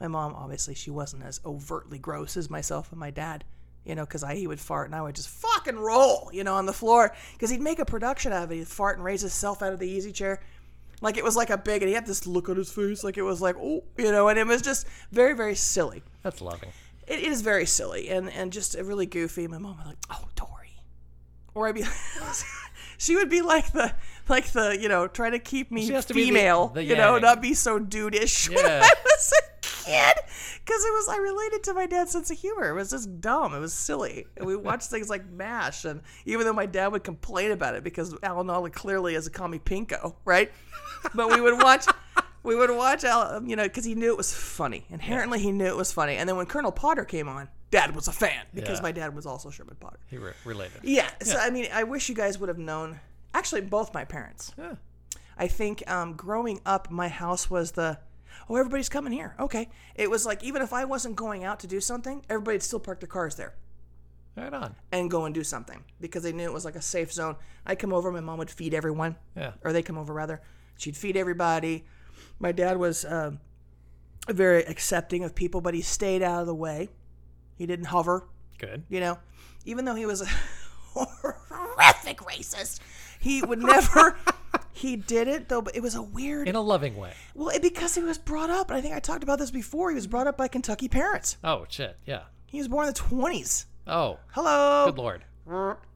Speaker 2: my mom, obviously, she wasn't as overtly gross as myself and my dad, you know, because I he would fart and I would just fucking roll, you know, on the floor because he'd make a production out of it. He'd fart and raise himself out of the easy chair. Like it was like a big, and he had this look on his face, like it was like, oh, you know, and it was just very, very silly.
Speaker 1: That's loving.
Speaker 2: It is very silly and, and just really goofy. My mom was like, oh, Dory. Or I'd be, she would be like the, like the, you know, trying to keep me
Speaker 1: She has to be the-
Speaker 2: female,
Speaker 1: the
Speaker 2: you know,
Speaker 1: yank.
Speaker 2: not be so dudish when
Speaker 1: Yeah.
Speaker 2: I was a kid. Because it was, I related to my dad's sense of humor. It was just dumb. It was silly. And we watched things like MASH. And even though my dad would complain about it because Alan Alda clearly is a commie pinko, right? But we would watch, we would watch, Al- um, you know, because he knew it was funny. Inherently, he knew it was funny. And then when Colonel Potter came on, dad was a fan because
Speaker 1: Yeah.
Speaker 2: my dad was also Sherman Potter.
Speaker 1: He re- related.
Speaker 2: Yeah. So, I mean, I wish you guys would have known. Actually, both my parents.
Speaker 1: Yeah.
Speaker 2: I think um, growing up, my house was the, oh, everybody's coming here. Okay. It was like, even if I wasn't going out to do something, everybody'd still park their cars there
Speaker 1: Right on.
Speaker 2: and go and do something because they knew it was like a safe zone. I'd come over, my mom would feed everyone,
Speaker 1: Yeah.
Speaker 2: or they come over rather. She'd feed everybody. My dad was um very accepting of people, but he stayed out of the way. He didn't hover,
Speaker 1: Good.
Speaker 2: you know, even though he was a horrific racist. He would never. he did it though, but it was a weird.
Speaker 1: in a loving way.
Speaker 2: well, it, because he was brought up, and I think I talked about this before. He was brought up by Kentucky parents.
Speaker 1: Oh shit, yeah.
Speaker 2: He was born in the twenties.
Speaker 1: Oh,
Speaker 2: Hello,
Speaker 1: good lord,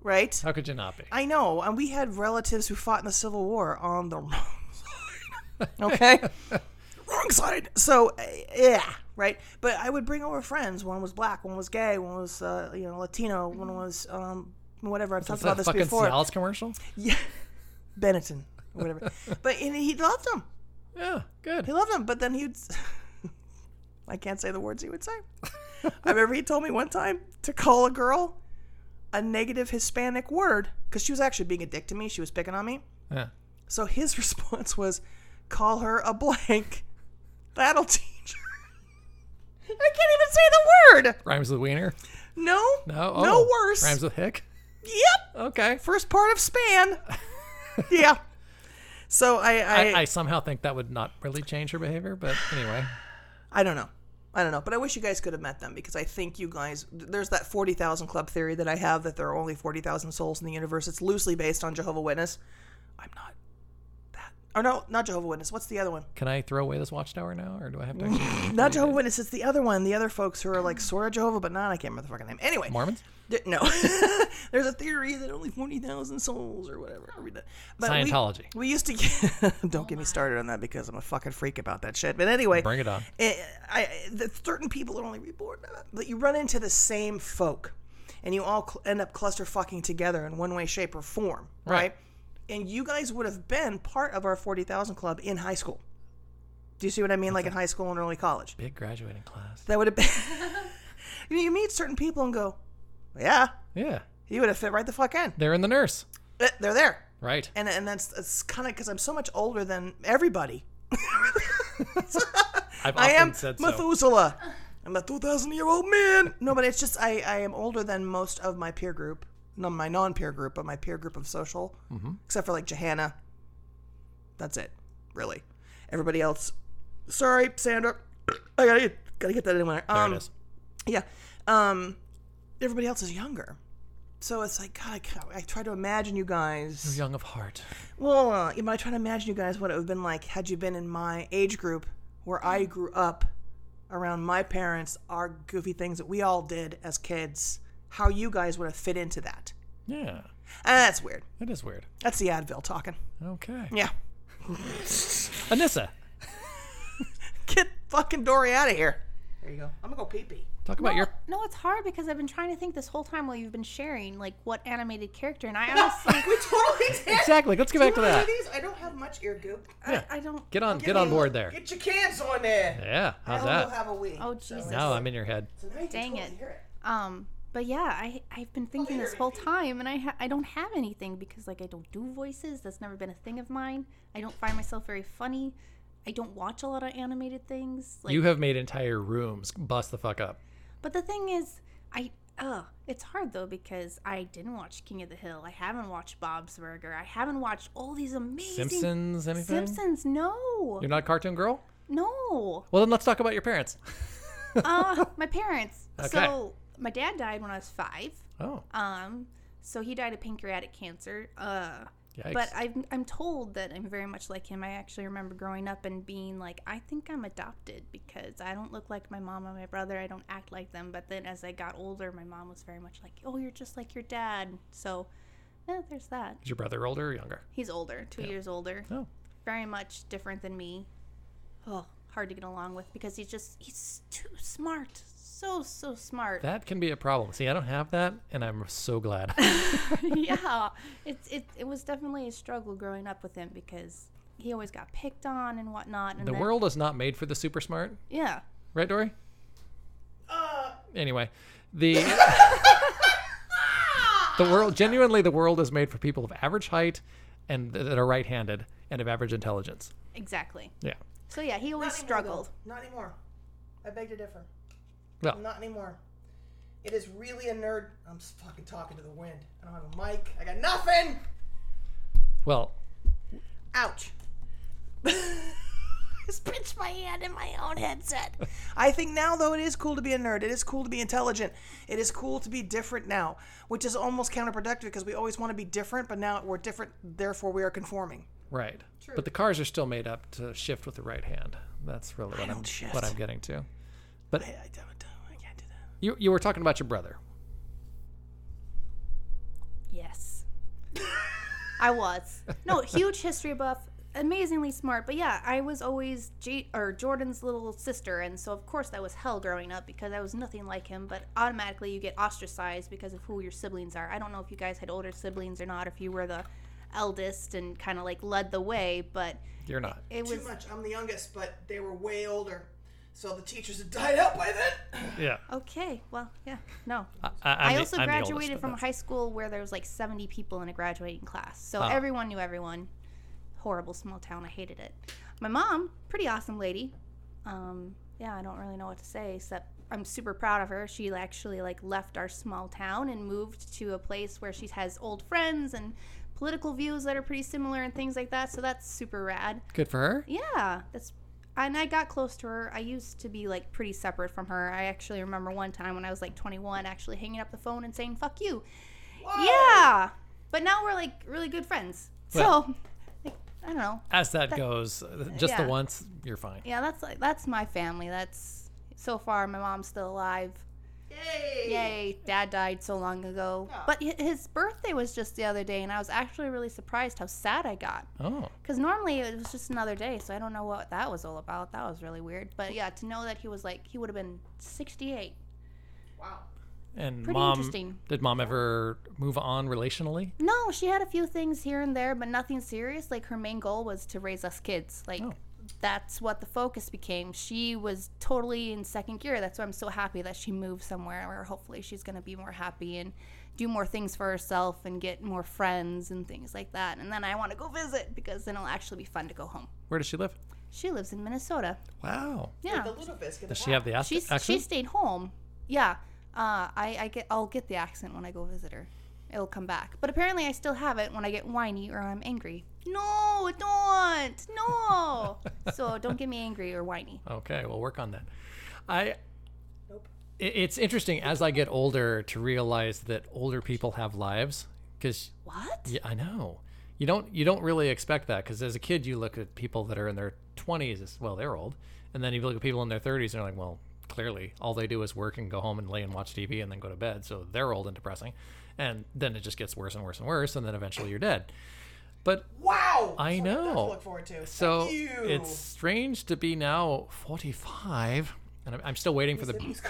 Speaker 2: right?
Speaker 1: how could you not be?
Speaker 2: I know, and we had relatives who fought in the Civil War on the wrong side. Okay? wrong side. So, uh, yeah, right? But I would bring over friends. One was black, one was gay, one was, uh, you know, Latino, one was, um, whatever. I've talked
Speaker 1: Is that
Speaker 2: about this
Speaker 1: fucking
Speaker 2: before.
Speaker 1: Cialis commercial?
Speaker 2: Yeah. Benetton, or whatever. but and he loved them.
Speaker 1: Yeah, good.
Speaker 2: He loved them, but then he'd. I can't say the words he would say. I remember he told me one time to call a girl a negative Hispanic word because she was actually being a dick to me. She was picking on me.
Speaker 1: Yeah.
Speaker 2: So his response was, call her a blank. That'll teach her. I can't even say the word.
Speaker 1: Rhymes with wiener?
Speaker 2: No.
Speaker 1: No.
Speaker 2: No
Speaker 1: oh.
Speaker 2: worse.
Speaker 1: Rhymes with hick?
Speaker 2: Yep.
Speaker 1: Okay.
Speaker 2: First part of span. yeah. So I
Speaker 1: I, I somehow think that would not really change her behavior, but anyway.
Speaker 2: I don't know. I don't know, but I wish you guys could have met them because I think you guys. There's that forty thousand club theory that I have that there are only forty thousand souls in the universe. It's loosely based on Jehovah Witness. I'm not that. Or no, not Jehovah Witness. What's the other one?
Speaker 1: Can I throw away this watchtower now, or do I have to? Actually...
Speaker 2: Not Jehovah Witness. It's the other one. The other folks who are like sort of Jehovah, but not. I can't remember the fucking name. Anyway,
Speaker 1: Mormons?
Speaker 2: th- no. there's a theory that only forty thousand souls or whatever. I read that. But we-
Speaker 1: Scientology.
Speaker 2: We, used to. Get, don't get me started on that because I'm a fucking freak about that shit. But anyway,
Speaker 1: Bring it on.
Speaker 2: I, I, the certain people are only reborn, but you run into the same folk, and you all cl- end up cluster fucking together in one way, shape, or form, right?
Speaker 1: Right.
Speaker 2: And you guys would have been part of our forty thousand club in high school. Do you see what I mean? Like in high school and early college,
Speaker 1: Big graduating class.
Speaker 2: that would have been. you, know, you meet certain people and go, yeah,
Speaker 1: Yeah,
Speaker 2: you would have fit right the fuck in.
Speaker 1: they're in the nurse,
Speaker 2: Eh, They're there,
Speaker 1: right?
Speaker 2: and and that's, that's kind of because I'm so much older than everybody.
Speaker 1: I've
Speaker 2: I
Speaker 1: often
Speaker 2: am
Speaker 1: said so.
Speaker 2: Methuselah. I'm a 2,000 year old man. No, but it's just I, I am older than most of my peer group. Not my non peer group, but my peer group of social. Except for like Johanna. That's it, really. Everybody else. Sorry, Sandra. I gotta get, gotta get that in there.
Speaker 1: There
Speaker 2: Um,
Speaker 1: it is.
Speaker 2: Yeah. Um, everybody else is younger. So it's like, God, I, ca- I try to imagine you guys.
Speaker 1: Young of heart.
Speaker 2: Well, uh, you might try to imagine you guys what it would have been like had you been in my age group where I grew up around my parents, our goofy things that we all did as kids, how you guys would have fit into that.
Speaker 1: Yeah,
Speaker 2: Ah, that's weird.
Speaker 1: that is weird.
Speaker 2: That's the Advil talking.
Speaker 1: Okay,
Speaker 2: Yeah.
Speaker 1: Anissa,
Speaker 2: Get fucking Dory out of here. There you go. I'm gonna go pee pee.
Speaker 1: talk about your.
Speaker 3: No, it's hard because I've been trying to think this whole time while you've been sharing, like, what animated character, and I honestly,
Speaker 2: We totally did.
Speaker 1: Exactly. Let's get back to
Speaker 2: Wanna
Speaker 1: that.
Speaker 2: do these? I don't have much ear goop.
Speaker 1: Yeah.
Speaker 3: I don't.
Speaker 1: Get on, get on board there.
Speaker 2: Get your cans on there.
Speaker 1: Yeah, how's
Speaker 2: I will
Speaker 1: that?
Speaker 2: have a wee.
Speaker 3: Oh Jesus.
Speaker 1: No, I'm in your head.
Speaker 2: So now you can
Speaker 3: Dang
Speaker 2: totally
Speaker 3: it.
Speaker 2: hear it.
Speaker 3: Um, but yeah, I I've been thinking this whole time, and I ha- I don't have anything because like I don't do voices. That's never been a thing of mine. I don't find myself very funny. I don't watch a lot of animated things. Like,
Speaker 1: You have made entire rooms bust the fuck up.
Speaker 3: but the thing is, I uh, it's hard though because I didn't watch King of the Hill. I haven't watched Bob's Burger. I haven't watched all these amazing
Speaker 1: Simpsons, anything?
Speaker 3: Simpsons. No,
Speaker 1: You're not a cartoon girl?
Speaker 3: no.
Speaker 1: Well, then let's talk about your parents.
Speaker 3: uh, my parents.
Speaker 1: Okay.
Speaker 3: So my dad died when I was five.
Speaker 1: Oh,
Speaker 3: Um, so he died of pancreatic cancer. Uh,
Speaker 1: yikes.
Speaker 3: but I'm I'm told that I'm very much like him. I actually remember growing up and being like, I think I'm adopted because I don't look like my mom and my brother. I don't act like them. But then as I got older, my mom was very much like, Oh, you're just like your dad. So eh, there's that.
Speaker 1: Is your brother older or younger?
Speaker 3: He's older, two years older,
Speaker 1: Oh,
Speaker 3: very much different than me. Oh, hard to get along with because he's just he's too smart, so so smart.
Speaker 1: that can be a problem. See, I don't have that, and I'm so glad.
Speaker 3: yeah, it's it, it was definitely a struggle growing up with him because he always got picked on and whatnot. And
Speaker 1: the
Speaker 3: then-
Speaker 1: world is not made for the super smart,
Speaker 3: yeah,
Speaker 1: right, Dory?
Speaker 3: Uh.
Speaker 1: Anyway, the the world genuinely the world is made for people of average height and th- that are right-handed and of average intelligence.
Speaker 3: exactly.
Speaker 1: Yeah.
Speaker 3: So yeah, he always
Speaker 2: Not anymore, though.
Speaker 3: struggled.
Speaker 2: Not anymore. I beg to differ.
Speaker 1: Well,
Speaker 2: Not anymore. It is really a nerd. I'm just fucking talking to the wind. I don't have a mic. I got nothing.
Speaker 1: well,
Speaker 2: Ouch. just pinch my hand in my own headset. I think now, though, it is cool to be a nerd. It is cool to be intelligent. It is cool to be different now, which is almost counterproductive because we always want to be different, but now we're different, therefore we are conforming.
Speaker 1: Right. But the cars are still made up to shift with the right hand. That's really what I'm
Speaker 2: don't shift.
Speaker 1: what I'm getting to.
Speaker 2: I, I don't, I can't do that.
Speaker 1: You you were talking about your brother.
Speaker 3: Yes. I was. No, huge history buff, amazingly smart. But yeah, I was always J- or Jordan's little sister, and so of course that was hell growing up because I was nothing like him. But automatically you get ostracized because of who your siblings are. I don't know if you guys had older siblings or not, if you were the eldest and kind of like led the way, but
Speaker 1: You're not.
Speaker 3: it was
Speaker 2: Too much. I'm the youngest, but they were way older. So the teachers had died out by then.
Speaker 1: Yeah.
Speaker 3: okay. Well, yeah, no.
Speaker 1: I,
Speaker 3: i
Speaker 1: I'm the-
Speaker 3: also
Speaker 1: I'm the oldest,
Speaker 3: graduated
Speaker 1: but
Speaker 3: from
Speaker 1: that's-
Speaker 3: high school where there was like 70 people in a graduating class. So everyone knew everyone. Horrible small town. I hated it. My mom, pretty awesome lady. Um, yeah, I don't really know what to say except I'm super proud of her. She actually like left our small town and moved to a place where she has old friends and political views that are pretty similar and things like that. So that's super rad.
Speaker 1: Good for her.
Speaker 3: Yeah, that's and I got close to her. I used to be like pretty separate from her. I actually remember one time when I was like 21 actually hanging up the phone and saying fuck you. Yeah. But now we're like really good friends. so
Speaker 1: Well-
Speaker 3: like, I don't know.
Speaker 1: As that goes, uh, just
Speaker 3: yeah.
Speaker 1: the once, you're fine.
Speaker 3: Yeah, that's like that's my family. That's so far my mom's still alive. Yay! Yay! Dad died so long ago. But hi- his birthday was just the other day and I was actually really surprised how sad I got.
Speaker 1: Oh.
Speaker 3: Because normally it was just another day, so I don't know what that was all about. That was really weird. But yeah, to know that he was like, he would have been 68.
Speaker 1: And
Speaker 3: Pretty
Speaker 1: mom
Speaker 3: interesting.
Speaker 1: did mom ever move on relationally?
Speaker 3: No, she had a few things here and there, but nothing serious. Like her main goal was to raise us kids. Like
Speaker 1: Oh.
Speaker 3: that's what the focus became. She was totally in second gear. That's why I'm so happy that she moved somewhere where hopefully she's going to be more happy and do more things for herself and get more friends and things like that. And then I want to go visit because then it'll actually be fun to go home.
Speaker 1: Where does she live?
Speaker 3: She lives in Minnesota.
Speaker 1: Wow.
Speaker 3: Yeah.
Speaker 2: The little biscuit.
Speaker 1: Does she have the ac-
Speaker 3: She's,
Speaker 1: accent?
Speaker 3: she stayed home. Yeah. Uh, I, I get I'll get the accent when I go visit her. It'll come back. But apparently I still have it when I get whiny or I'm angry. No, don't. No. so don't get me angry or whiny.
Speaker 1: Okay, we'll work on that. I. I- It's interesting as I get older to realize that older people have lives because
Speaker 3: What?
Speaker 1: yeah, I know you don't you don't really expect that because as a kid you look at people that are in their twenties as well they're old and then you look at people in their thirties and you're like well clearly all they do is work and go home and lay and watch TV and then go to bed so they're old and depressing and then it just gets worse and worse and worse and then eventually you're dead but
Speaker 2: Wow.
Speaker 1: I
Speaker 2: That's what- that's what
Speaker 1: know.
Speaker 2: to look forward to.
Speaker 1: so
Speaker 2: Thank you.
Speaker 1: it's strange to be now 45, and I'm, I'm still waiting for the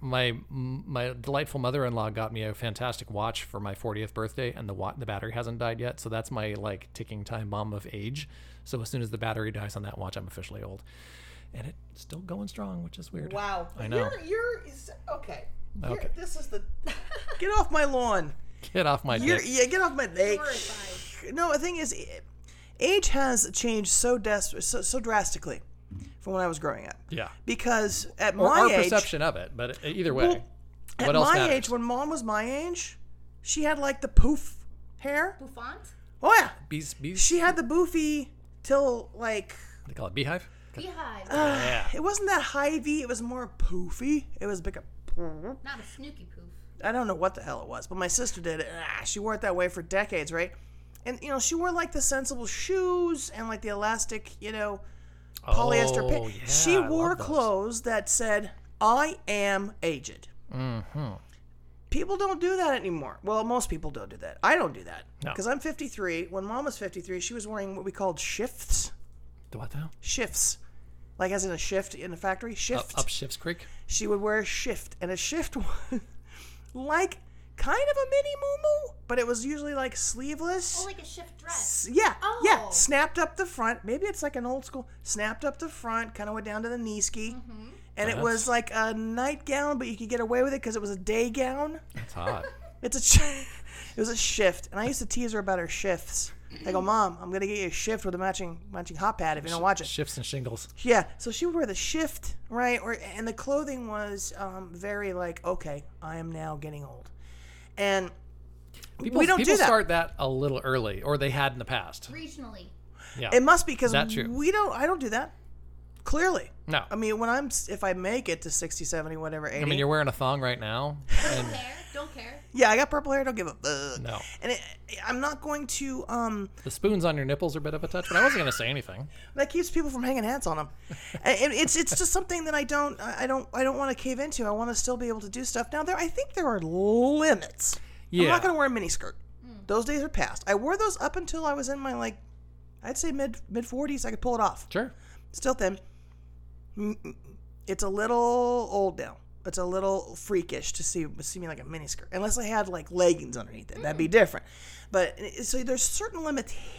Speaker 1: my my delightful mother-in-law got me a fantastic watch for my 40th birthday, and the wa- the battery hasn't died yet, so that's my like ticking time bomb of age. So as soon as the battery dies on that watch, I'm officially old, and it's still going strong, which is weird.
Speaker 2: Wow.
Speaker 1: I know.
Speaker 2: You're, you're is, okay. You're-
Speaker 1: Okay.
Speaker 2: this is the. Get off my lawn.
Speaker 1: Get off my
Speaker 2: You're,
Speaker 1: dick.
Speaker 2: yeah, get off my leg. No, the thing is, i- age has changed so des- so, so drastically from when I was growing up.
Speaker 1: Yeah.
Speaker 2: Because
Speaker 1: Or
Speaker 2: at e- my
Speaker 1: our
Speaker 2: age,
Speaker 1: perception of it, but e- either way,
Speaker 2: Well,
Speaker 1: what
Speaker 2: at
Speaker 1: else
Speaker 2: my
Speaker 1: matters?
Speaker 2: age, when mom was my age, she had like the poof hair.
Speaker 3: Bouffant?
Speaker 2: Oh yeah,
Speaker 1: bees, bees,
Speaker 2: she had the boofy till like
Speaker 1: they call it beehive.
Speaker 3: Beehive.
Speaker 1: yeah.
Speaker 2: it wasn't that high V. It was more poofy. It was big.
Speaker 3: Not a snooky poof.
Speaker 2: I don't know what the hell it was, but my sister did it. and, ah, she wore it that way for decades, right? And you know, she wore like the sensible shoes and like the elastic, you know, polyester
Speaker 1: Oh,
Speaker 2: pants.
Speaker 1: yeah, I
Speaker 2: she
Speaker 1: love
Speaker 2: wore
Speaker 1: those.
Speaker 2: clothes that said, "I am aged." Mm-hmm. People don't do that anymore. Well, most people don't do that. I don't do that
Speaker 1: No.
Speaker 2: because I'm 53. When Mom was 53, she was wearing what we called shifts.
Speaker 1: What the hell?
Speaker 2: Shifts, like as in a shift in a factory.
Speaker 1: Up,
Speaker 2: Shift
Speaker 1: up Shifts Creek.
Speaker 2: she would wear a shift, and a shift was like kind of a mini moo but it was usually like sleeveless.
Speaker 3: Oh, Like a shift dress.
Speaker 2: S- yeah, yeah,
Speaker 3: Oh.
Speaker 2: snapped up the front. Maybe it's like an old school snapped up the front, kind of went down to the knee ski,
Speaker 3: Mm-hmm.
Speaker 2: and it was like a nightgown, but you could get away with it because it was a day gown.
Speaker 1: That's hot.
Speaker 2: It's a sh- it was a shift, and I used to tease her about her shifts. I go, Mom, I'm gonna get you a shift with a matching matching hot pad if you don't watch it.
Speaker 1: Shifts and shingles.
Speaker 2: Yeah, so she would wear the shift, right? Or and the clothing was um, very like, okay, I am now getting old, and
Speaker 1: People,
Speaker 2: we don't
Speaker 1: people
Speaker 2: do that.
Speaker 1: start that a little early, or they had in the past.
Speaker 3: Regionally.
Speaker 1: Yeah.
Speaker 2: It must be because
Speaker 1: That true.
Speaker 2: we don't. I don't do that. Clearly,
Speaker 1: No.
Speaker 2: I mean, when I'm s- if I make it to 60, 70, whatever, 80.
Speaker 1: I mean, you're wearing a thong right now. And
Speaker 3: Hair? Don't care.
Speaker 2: yeah, I got purple hair. Don't give a fuck.
Speaker 1: No.
Speaker 2: And it, I'm not going to. Um,
Speaker 1: the spoons on your nipples are a bit of a touch, but I wasn't going to say anything.
Speaker 2: that keeps people from hanging hats on them. and it's it's just something that I don't I don't I don't want to cave into. I want to still be able to do stuff. Now there I think there are limits. I'm
Speaker 1: Yeah.
Speaker 2: not going to wear a miniskirt. Those days are past. I wore those up until I was in my like I'd say mid mid 40s I could pull it off.
Speaker 1: Sure.
Speaker 2: Still thin. Mm, mm, It's a little old now. It's a little freakish to see see me like a miniskirt. Unless I had like leggings underneath it, that'd be different. But eh, so there's certain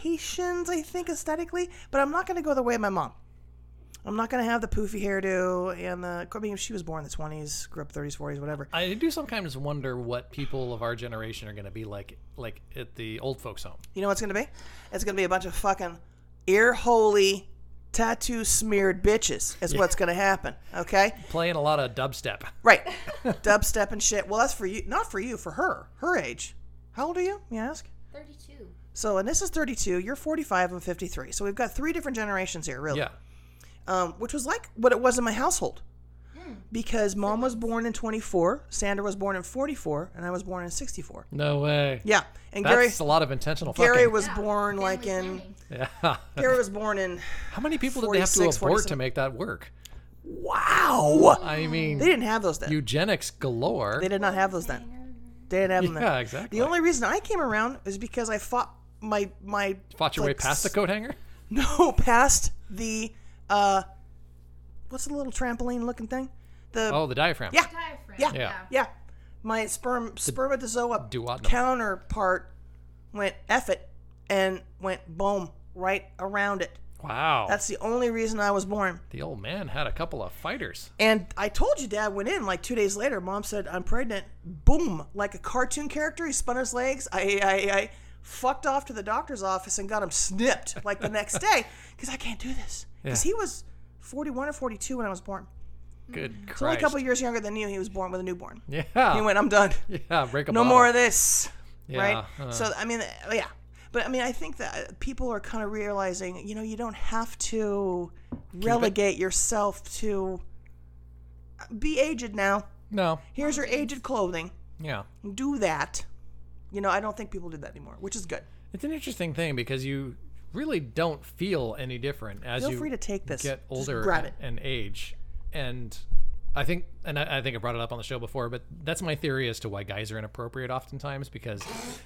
Speaker 2: limitations I think aesthetically, but I'm not going to go the way of my mom. I'm not going to have the poofy hairdo and the. I mean, she was born in the 20s, grew up 30s, 40s, whatever.
Speaker 1: I do sometimes wonder what people of our generation are going to be like, like at the old folks' home.
Speaker 2: You know what it's going to be? It's going to be a bunch of fucking ear holy, tattoo smeared bitches. Is what's going to happen. Okay.
Speaker 1: playing a lot of dubstep.
Speaker 2: Right. Dubstep and shit. Well, that's for you. Not for you, for her. Her age. How old are you, may I ask?
Speaker 3: 32.
Speaker 2: So, and this is 32. You're 45 and 53. So we've got three different generations here, really.
Speaker 1: Yeah.
Speaker 2: Um, which was like what it was in my household. Because mom was born in 24, Sandra was born in 44, and I was born in 64.
Speaker 1: No way.
Speaker 2: Yeah. And
Speaker 1: That's
Speaker 2: Gary
Speaker 1: a lot of intentional
Speaker 2: Gary
Speaker 1: fucking.
Speaker 2: was born like in
Speaker 1: yeah.
Speaker 2: Gary was born in
Speaker 1: How many people did they have to
Speaker 2: 46,
Speaker 1: abort
Speaker 2: 47.
Speaker 1: to make that work?
Speaker 2: Wow.
Speaker 1: I
Speaker 2: They
Speaker 1: mean,
Speaker 2: didn't have those then.
Speaker 1: eugenics galore.
Speaker 2: They did not have those then. They didn't have them then.
Speaker 1: Yeah, exactly.
Speaker 2: The only reason I came around is because I fought my my
Speaker 1: Fought your way
Speaker 2: like,
Speaker 1: past the
Speaker 2: s-
Speaker 1: coat hanger?
Speaker 2: no past the uh what's the little trampoline looking thing the
Speaker 1: Oh, the diaphragm.
Speaker 2: yeah
Speaker 4: Diaphragm.
Speaker 2: yeah
Speaker 1: Yeah.
Speaker 2: yeah my sperm spermatozoa
Speaker 1: duodenum.
Speaker 2: counterpart went F it and went boom right around it.
Speaker 1: Wow.
Speaker 2: That's the only reason I was born.
Speaker 1: the old man had a couple of fighters.
Speaker 2: And I told you, Dad went in like two days later. Mom said, "I'm pregnant." Boom, like a cartoon character, he spun his legs. I, I, I fucked off to the doctor's office and got him snipped like the next day because I can't do this because
Speaker 1: Yeah.
Speaker 2: he was 41 or 42 when I was born.
Speaker 1: Good Christ.
Speaker 2: Only a couple years younger than you. He was born with a newborn.
Speaker 1: yeah.
Speaker 2: He went, "I'm done.
Speaker 1: yeah, break a
Speaker 2: No
Speaker 1: bottle.
Speaker 2: more of this."
Speaker 1: Yeah,
Speaker 2: right.
Speaker 1: uh.
Speaker 2: so I mean, yeah. But I mean, I think that uh, people are kind of realizing, you know, you don't have to relegate yourself to uh, be aged now
Speaker 1: No.
Speaker 2: here's your aged clothing.
Speaker 1: Yeah.
Speaker 2: Do that. You know, I don't think people do that anymore, which is good.
Speaker 1: It's an interesting thing because you really don't feel any different as
Speaker 2: Feel
Speaker 1: you
Speaker 2: free to take this.
Speaker 1: get
Speaker 2: Just
Speaker 1: older
Speaker 2: grab
Speaker 1: and,
Speaker 2: it.
Speaker 1: and age and i think and I, I think i brought it up on the show before but that's my theory as to why guys are inappropriate oftentimes because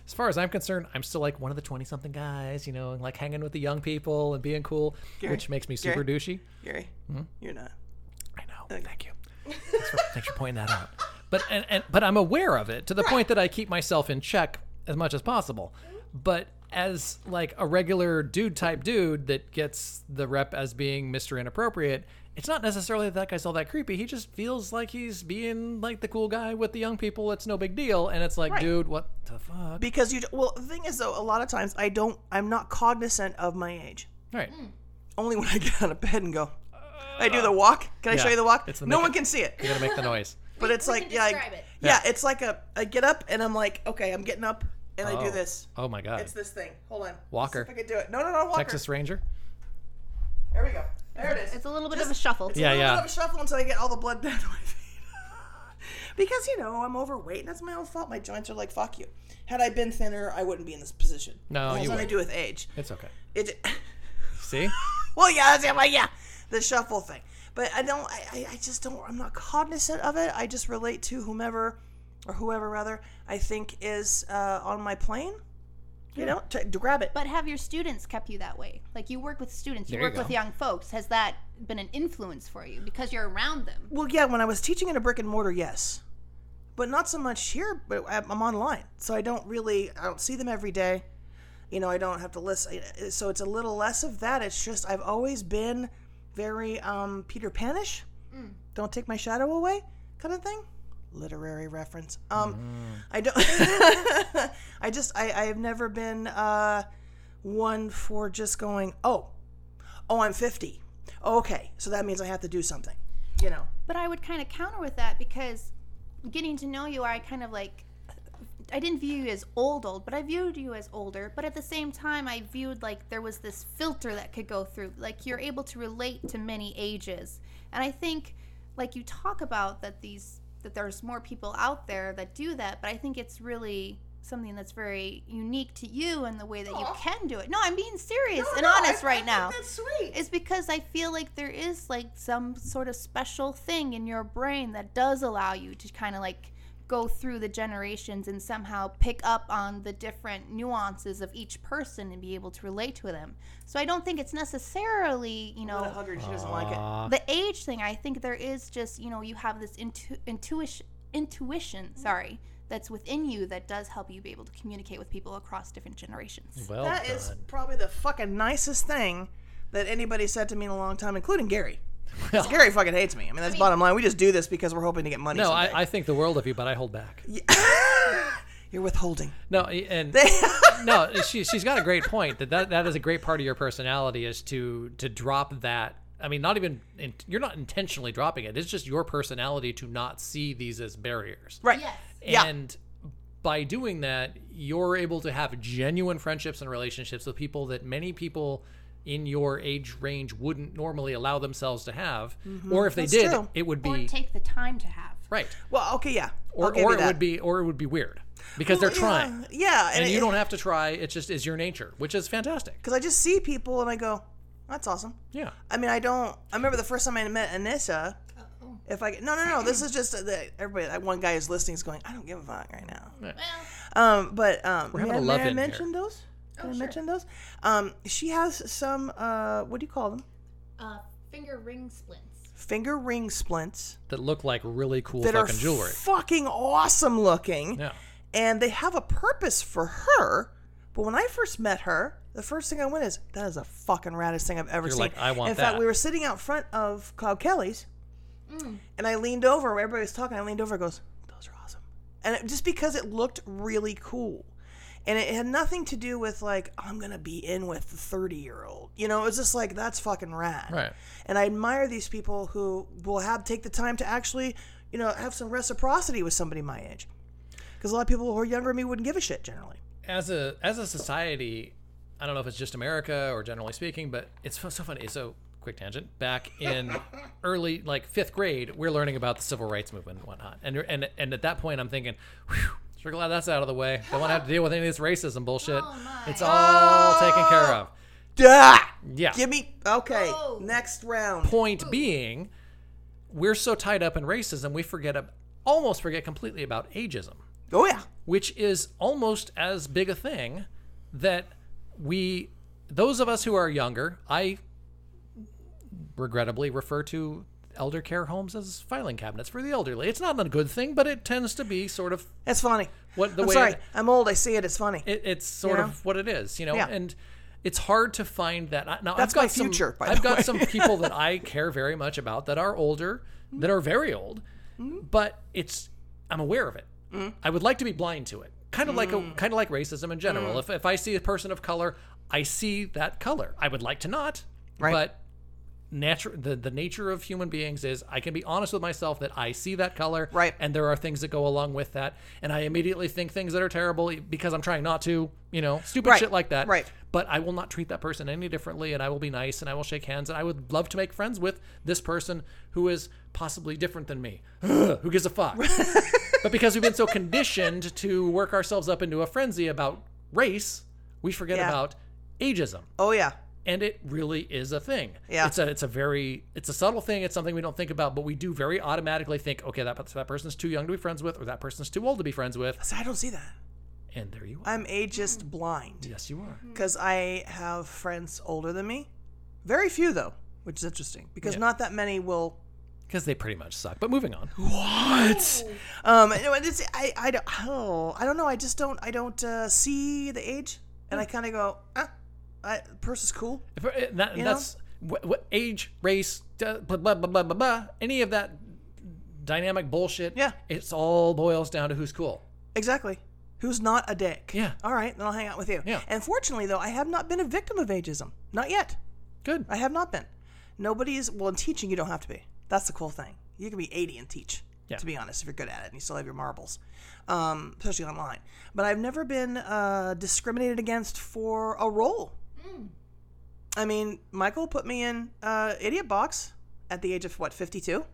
Speaker 1: as far as i'm concerned i'm still like one of the 20 something guys you know and like hanging with the young people and being cool which makes me super douchey
Speaker 2: Gary,
Speaker 1: Hmm?
Speaker 2: you're not.
Speaker 1: i know thank you thanks for, thanks for pointing that out but and, and but i'm aware of it to the point that i keep myself in check as much as possible but as like a regular dude type dude that gets the rep as being Mr. Inappropriate, it's not necessarily that that guy's all that creepy. He just feels like he's being like the cool guy with the young people. It's no big deal. And it's like, dude, what the fuck?
Speaker 2: Because you, well, the thing is, though, a lot of times I don't, I'm not cognizant of my age.
Speaker 1: Right.
Speaker 2: Only when I get out of bed and go, I do the walk. Can I
Speaker 1: Uh, yeah,
Speaker 2: show you the walk?
Speaker 1: it's the
Speaker 2: no
Speaker 1: make-
Speaker 2: one can see it.
Speaker 1: You're going to make the noise.
Speaker 2: But it's
Speaker 3: we
Speaker 2: like,
Speaker 3: can
Speaker 2: yeah, I-
Speaker 3: describe it.
Speaker 2: yeah, it's like a, I get up and I'm like, okay, I'm getting up and I do
Speaker 1: Oh.
Speaker 2: this.
Speaker 1: Oh my God.
Speaker 2: It's this thing. Hold on. Let's see
Speaker 1: Walker.
Speaker 2: if I can do it. No, no, no, Walker.
Speaker 1: Texas Ranger?
Speaker 2: There we go. There it is.
Speaker 3: It's a little bit of a shuffle.
Speaker 1: Yeah,
Speaker 2: a little
Speaker 1: yeah.
Speaker 2: bit of a shuffle until I get all the blood down to my feet. because you know I'm overweight, and that's my own fault. My joints are like fuck you. Had I been thinner, I wouldn't be in this position.
Speaker 1: No,
Speaker 2: it has
Speaker 1: you
Speaker 2: nothing
Speaker 1: wouldn't.
Speaker 2: to do with age.
Speaker 1: It's okay.
Speaker 2: It.
Speaker 1: See?
Speaker 2: well, yeah, that's it. Well, yeah, the shuffle thing. But I don't. I, I- I just don't. I'm not cognizant of it. I just relate to whomever, or whoever rather, I think is uh, on my plane. You know, to, to grab it.
Speaker 3: But have your students kept you that way? Like you work with students, you
Speaker 1: There you
Speaker 3: work with
Speaker 1: go.
Speaker 3: young folks. Has that been an influence for you because you're around them?
Speaker 2: Well, yeah, when I was teaching in a brick and mortar, yes, but not so much here. But I- I'm online, so I don't really I don't see them every day. You know, I don't have to listen, so it's a little less of that. It's just I've always been very um, Peter Panish, don't take my shadow away, kind of thing. Literary reference. Um, I don't. I just I I have never been uh, one for just going oh oh I'm fifty. Okay, so that means I have to do something. You know.
Speaker 3: But I would kind of counter with that because getting to know you, I kind of like I didn't view you as old old, but I viewed you as older. But at the same time, I viewed like there was this filter that could go through. Like you're able to relate to many ages, and I think like you talk about that these that there's more people out there that do that. But I think it's really something that's very unique to you and the way that you
Speaker 2: Aw.
Speaker 3: can do it. No, I'm being serious
Speaker 2: No,
Speaker 3: and
Speaker 2: no, I-
Speaker 3: honest
Speaker 2: I
Speaker 3: right
Speaker 2: think
Speaker 3: now.
Speaker 2: That's sweet.
Speaker 3: It's because I feel like there is like some sort of special thing in your brain that does allow you to kind of like go through the generations and somehow pick up on the different nuances of each person and be able to relate to them. So I don't think it's necessarily, you
Speaker 2: I'm gonna
Speaker 3: know,
Speaker 2: hug her and she doesn't like it.
Speaker 1: Aw.
Speaker 3: the age thing. I think there is just, you know, you have this intu- intuition intuition, sorry, that's within you that does help you be able to communicate with people across different generations.
Speaker 1: well
Speaker 2: That
Speaker 1: done.
Speaker 2: is probably the fucking nicest thing that anybody said to me in a long time, including Gary. 'Cause
Speaker 1: Well.
Speaker 2: Gary fucking hates me. I mean, that's bottom line. We just do this because we're hoping to get money.
Speaker 1: no,
Speaker 2: someday.
Speaker 1: I, I think the world of you, but I hold back.
Speaker 2: You're withholding.
Speaker 1: No, and no, she she's got a great point that, that that is a great part of your personality is to to drop that. I mean, not even in, you're not intentionally dropping it. It's just your personality to not see these as barriers.
Speaker 2: Right. Yeah.
Speaker 1: And by doing that, you're able to have genuine friendships and relationships with people that many people in your age range wouldn't normally allow themselves to have, or if they
Speaker 2: Mm-hmm. That's
Speaker 1: did,
Speaker 2: true.
Speaker 1: it would
Speaker 3: Or
Speaker 1: be
Speaker 3: take the time to have.
Speaker 1: right,
Speaker 2: Well, okay, yeah. I'll
Speaker 1: or
Speaker 2: give
Speaker 1: or
Speaker 2: you
Speaker 1: it
Speaker 2: that.
Speaker 1: would be or it would be weird because
Speaker 2: Well,
Speaker 1: they're trying.
Speaker 2: Yeah, yeah,
Speaker 1: And
Speaker 2: it-
Speaker 1: you don't have to try. It just is your nature, which is fantastic.
Speaker 2: because I just see people and I go, "That's awesome."
Speaker 1: Yeah.
Speaker 2: I mean, I don't. I remember the first time I met Anissa. If I no no no, this is just uh, the, everybody. That one guy who's listening is going, "I don't give a fuck right now." Um, but um,
Speaker 1: having
Speaker 2: may
Speaker 1: a
Speaker 2: I-
Speaker 1: love
Speaker 2: may I
Speaker 1: in
Speaker 2: mention those? Did I mention those? Um, she has some. Uh, what do you call them?
Speaker 3: Uh, finger ring splints.
Speaker 2: Finger ring splints
Speaker 1: That look like really cool
Speaker 2: that
Speaker 1: fucking
Speaker 2: are
Speaker 1: jewelry.
Speaker 2: fucking awesome looking.
Speaker 1: yeah.
Speaker 2: and they have a purpose for her. But when I first met her, the first thing I went is that is the fucking raddest thing I've ever
Speaker 1: You're
Speaker 2: seen.
Speaker 1: like, "I want
Speaker 2: In fact,
Speaker 1: that."
Speaker 2: we were sitting out front of Cloud Kelly's, and I leaned over. where Everybody was talking. I leaned over. and Goes, those are awesome, and it, just because it looked really cool. And it had nothing to do with like I'm gonna be in with the 30 year old, you know. It was just like that's fucking rad,
Speaker 1: Right.
Speaker 2: And I admire these people who will have take the time to actually, you know, have some reciprocity with somebody my age because a lot of people who are younger than me wouldn't give a shit generally.
Speaker 1: as a as a society, I don't know if it's just America or generally speaking, but it's so so funny. So quick tangent. Back in early like fifth grade, we're learning about the civil rights movement and whatnot, and and and at that point, I'm thinking. Whew, Sure glad that's out of the way. Don't want to have to deal with any of this racism bullshit.
Speaker 2: Oh
Speaker 1: it's all taken care of.
Speaker 2: Duh!
Speaker 1: Yeah.
Speaker 2: Give me okay.
Speaker 3: No.
Speaker 2: Next round.
Speaker 1: point being, we're so tied up in racism, we forget ab- almost forget completely about ageism.
Speaker 2: Oh yeah.
Speaker 1: which is almost as big a thing that we those of us who are younger i regrettably refer to elder care homes as filing cabinets for the elderly it's not a good thing but it tends to be sort of
Speaker 2: That's funny.
Speaker 1: What the
Speaker 2: I'm
Speaker 1: way-
Speaker 2: sorry. I'm old. I see it. It's funny.
Speaker 1: it, it's sort
Speaker 2: Yeah.
Speaker 1: of what it is you know
Speaker 2: Yeah.
Speaker 1: and it's hard to find that I- now
Speaker 2: That's
Speaker 1: i've got
Speaker 2: my
Speaker 1: some-
Speaker 2: future, by the
Speaker 1: i've got
Speaker 2: way.
Speaker 1: some people that i care very much about that are older that are very old
Speaker 2: Mm-hmm.
Speaker 1: but it's i'm aware of it i would like to be blind to it kind of like
Speaker 2: Mm.
Speaker 1: a kind of like racism in general if, if i see a person of color i see that color i would like to not
Speaker 2: Right.
Speaker 1: but natural the, the nature of human beings is i can be honest with myself that i see that color
Speaker 2: Right.
Speaker 1: and there are things that go along with that and i immediately think things that are terrible e, because i'm trying not to you know stupid
Speaker 2: Right.
Speaker 1: shit like that
Speaker 2: Right.
Speaker 1: but i will not treat that person any differently and i will be nice and i will shake hands and i would love to make friends with this person who is possibly different than me Ugh, who gives a fuck but because we've been so conditioned to work ourselves up into a frenzy about race we forget
Speaker 2: Yeah.
Speaker 1: about ageism
Speaker 2: oh yeah.
Speaker 1: and it really is a thing.
Speaker 2: Yeah.
Speaker 1: it's a it's a very it's a subtle thing. It's something we don't think about, but we do very automatically think, okay, that that person's too young to be friends with, or that person's too old to be friends with,
Speaker 2: So I don't see that.
Speaker 1: and there you are.
Speaker 2: I'm ageist blind
Speaker 1: yes, you are.
Speaker 2: because Mm. I have friends older than me. Very few though, which is interesting because
Speaker 1: Yeah.
Speaker 2: not that many will.
Speaker 1: Because they pretty much suck. But moving on.
Speaker 2: What? Um. no, and It's, I. I don't. Oh, I don't know. I just don't. I don't uh, see the age, and I
Speaker 1: Mm.
Speaker 2: kind of go. Ah, I, person's cool.
Speaker 1: If- uh, that-
Speaker 2: You know?
Speaker 1: that's what, what age, race, da- blah blah blah blah blah blah. Any of that dynamic bullshit.
Speaker 2: Yeah.
Speaker 1: it's all boils down to who's cool.
Speaker 2: Exactly. Who's not a dick?
Speaker 1: Yeah.
Speaker 2: All right, then I'll hang out with you.
Speaker 1: Yeah.
Speaker 2: And fortunately, though, I have not been a victim of ageism. Not yet.
Speaker 1: Good.
Speaker 2: I have not been. Nobody's, well, in teaching, you don't have to be. That's the cool thing. You can be 80 and teach.
Speaker 1: Yeah.
Speaker 2: to be honest, if you're good at it and you still have your marbles, um, especially online. But I've never been uh, discriminated against for a role. I mean, Michael put me in uh, Idiot Box at the age of, what, 52?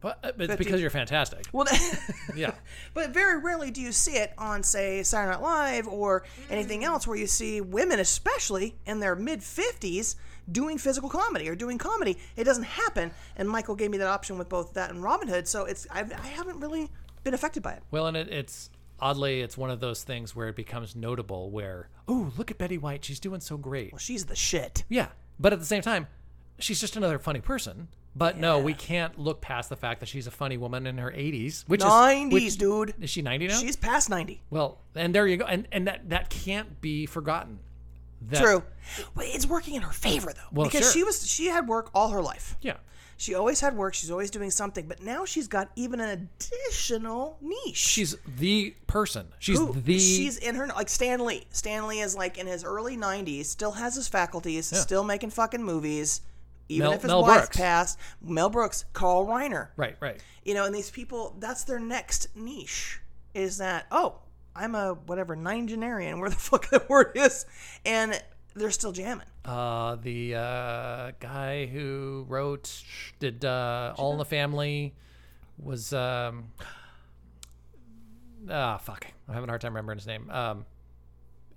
Speaker 1: But uh, it's because you're fantastic.
Speaker 2: Well,
Speaker 1: Yeah.
Speaker 2: But very rarely do you see it on, say, Saturday Night Live or
Speaker 1: Mm.
Speaker 2: anything else where you see women, especially in their mid 50s, doing physical comedy or doing comedy. It doesn't happen. And Michael gave me that option with both that and Robin Hood. So it's I've, I haven't really been affected by it.
Speaker 1: Well, and it, it's oddly, it's one of those things where it becomes notable. Where oh, look at Betty White, she's doing so great.
Speaker 2: Well, she's the shit.
Speaker 1: Yeah, but at the same time, she's just another funny person. But no, we can't look past the fact that she's a funny woman in her 80s, which is
Speaker 2: 90s,
Speaker 1: which-
Speaker 2: dude.
Speaker 1: Is she 90 now?
Speaker 2: She's past 90.
Speaker 1: well, and there you go, and and that that can't be forgotten. That,
Speaker 2: True. But it's working in her favor, though.
Speaker 1: Well,
Speaker 2: because
Speaker 1: sure.
Speaker 2: she was she had work all her life.
Speaker 1: Yeah.
Speaker 2: She always had work. She's always doing something. But now she's got even an additional niche.
Speaker 1: She's the person. She's
Speaker 2: Who-
Speaker 1: the.
Speaker 2: she's in her like Stanley. Stanley is like in his early 90s, still has his faculties, still making fucking movies, even
Speaker 1: Mel-
Speaker 2: if his
Speaker 1: Mel
Speaker 2: wife
Speaker 1: Brooks.
Speaker 2: passed. Mel Brooks, Carl Reiner,
Speaker 1: right, right.
Speaker 2: you know, and these people. That's their next niche. Is that oh, I'm a whatever nonagenarian, where the fuck that word is, and they're still jamming.
Speaker 1: Uh, the uh, guy who wrote did uh, All in the Family was um, ah fuck I'm having a hard time remembering his name. Um,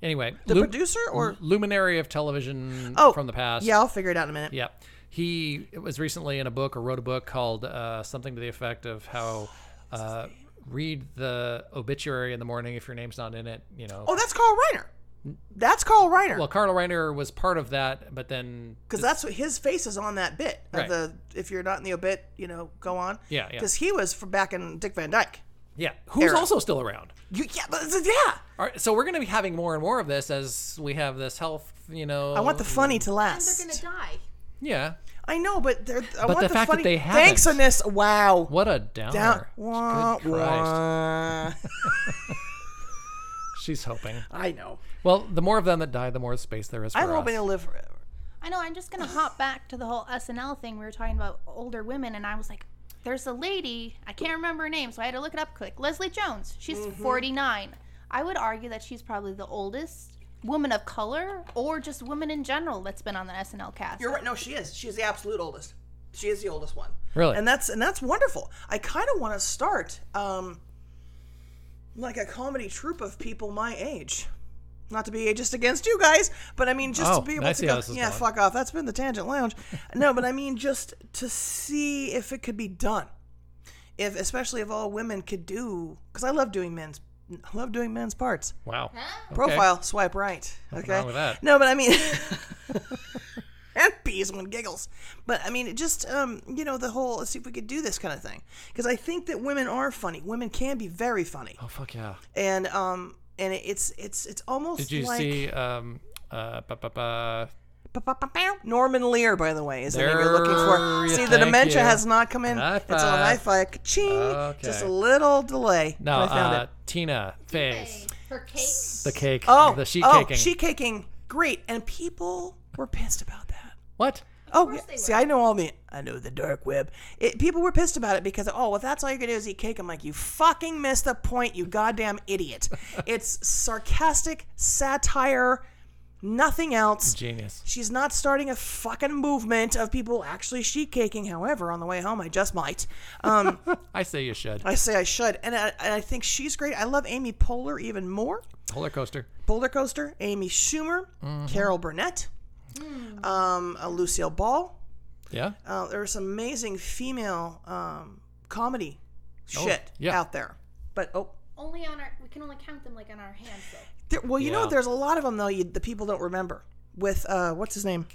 Speaker 1: anyway,
Speaker 2: The
Speaker 1: Lu-
Speaker 2: producer or
Speaker 1: luminary of television
Speaker 2: oh,
Speaker 1: from the past.
Speaker 2: Yeah, I'll figure it out in a minute.
Speaker 1: yeah. He was recently in a book or wrote a book called uh, something to the effect of how uh, read the obituary in the morning if your name's not in it. You know,
Speaker 2: Oh, that's Carl Reiner. That's Carl Reiner.
Speaker 1: well, Carl Reiner was part of that, but then
Speaker 2: because that's what his face is on that bit of
Speaker 1: Right.
Speaker 2: the if you're not in the obit, you know, go on.
Speaker 1: Yeah, yeah.
Speaker 2: Because he was from back in Dick Van Dyke.
Speaker 1: yeah, who's
Speaker 2: Era.
Speaker 1: also still around.
Speaker 2: You, yeah, but it's- yeah.
Speaker 1: All right, so we're going to be having more and more of this as we have this health, you know.
Speaker 2: I want the funny to
Speaker 4: They're
Speaker 2: last.
Speaker 4: gonna die.
Speaker 1: yeah.
Speaker 2: I know, but they're,
Speaker 1: But
Speaker 2: I want
Speaker 1: the
Speaker 2: the,
Speaker 1: fact that
Speaker 2: funny.
Speaker 1: they haven't.
Speaker 2: Thanks, Anissa. Wow.
Speaker 1: What a downer!
Speaker 2: Down. Wah,
Speaker 1: Good Christ,
Speaker 2: wah.
Speaker 1: she's hoping.
Speaker 2: I know.
Speaker 1: Well, the more of them that die, the more space there is for
Speaker 2: I'm
Speaker 1: us.
Speaker 2: hoping to live forever.
Speaker 3: I know. I'm just gonna hop back to the whole SNL thing. We were talking about older women, and I was like, "There's a lady. I can't remember her name, so I had to look it up quick. Leslie Jones. She's
Speaker 2: Mm-hmm.
Speaker 3: 49. I would argue that she's probably the oldest woman of color, or just woman in general, that's been on the SNL cast.
Speaker 2: You're right. No, she is. She is the absolute oldest. She is the oldest one.
Speaker 1: Really?
Speaker 2: And that's and that's wonderful. I kind of want to start um, like a comedy troupe of people my age. Not to be ageist against you guys, but I mean just
Speaker 1: Oh,
Speaker 2: to be able
Speaker 1: I
Speaker 2: to
Speaker 1: see
Speaker 2: go,
Speaker 1: how this is
Speaker 2: yeah,
Speaker 1: going.
Speaker 2: fuck off. That's been the tangent lounge. no, but I mean just to see if it could be done. If especially if all women could do, because I love doing men's, I love doing men's parts
Speaker 1: Wow.
Speaker 2: profile swipe right okay
Speaker 1: wrong with that.
Speaker 2: no but i mean and bees one giggles but i mean it just um you know the whole let's see if we could do this kind of thing because i think that women are funny women can be very funny
Speaker 1: Oh fuck yeah!
Speaker 2: and um and it's it's it's almost
Speaker 1: Did you
Speaker 2: like
Speaker 1: see um uh ba, ba, ba,
Speaker 2: Norman Lear, by the way, is the name you're looking
Speaker 1: There
Speaker 2: for.
Speaker 1: you-
Speaker 2: See, the
Speaker 1: thank
Speaker 2: dementia
Speaker 1: you.
Speaker 2: has not come in.
Speaker 1: High
Speaker 2: It's on high five. Ka-ching. Just a
Speaker 1: Okay.
Speaker 2: little delay.
Speaker 1: no
Speaker 2: but I found
Speaker 1: uh,
Speaker 2: it.
Speaker 1: Tina Fey's
Speaker 4: Her cakes.
Speaker 1: the cake uh,
Speaker 2: Oh,
Speaker 1: the sheet
Speaker 2: oh,
Speaker 1: caking
Speaker 2: sheet caking. Great. And people were pissed about that.
Speaker 1: what
Speaker 2: Oh, yeah. see, I know all the I know the dark web. It, people were pissed about it because oh, well, if that's all you're gonna do is eat cake, I'm like, you fucking missed the point, you goddamn idiot. it's sarcastic satire, nothing else.
Speaker 1: genius
Speaker 2: She's not starting a fucking movement of people actually sheet caking. However, on the way home, I just might. Um,
Speaker 1: I say you should
Speaker 2: I say I should, and I, and I think she's great. I love Amy Poehler even more.
Speaker 1: roller coaster
Speaker 2: Boulder Coaster, Amy Schumer, Carol Burnett, um, uh, Lucille Ball.
Speaker 1: yeah
Speaker 2: Uh, there was some amazing female um, comedy shit
Speaker 1: Oh, yeah.
Speaker 2: out there. But oh,
Speaker 3: Only on our, we can only count them like on our hands. Though.
Speaker 2: there, well, you
Speaker 1: Yeah.
Speaker 2: know, there's a lot of them though. You, the people don't remember. With uh, what's his name?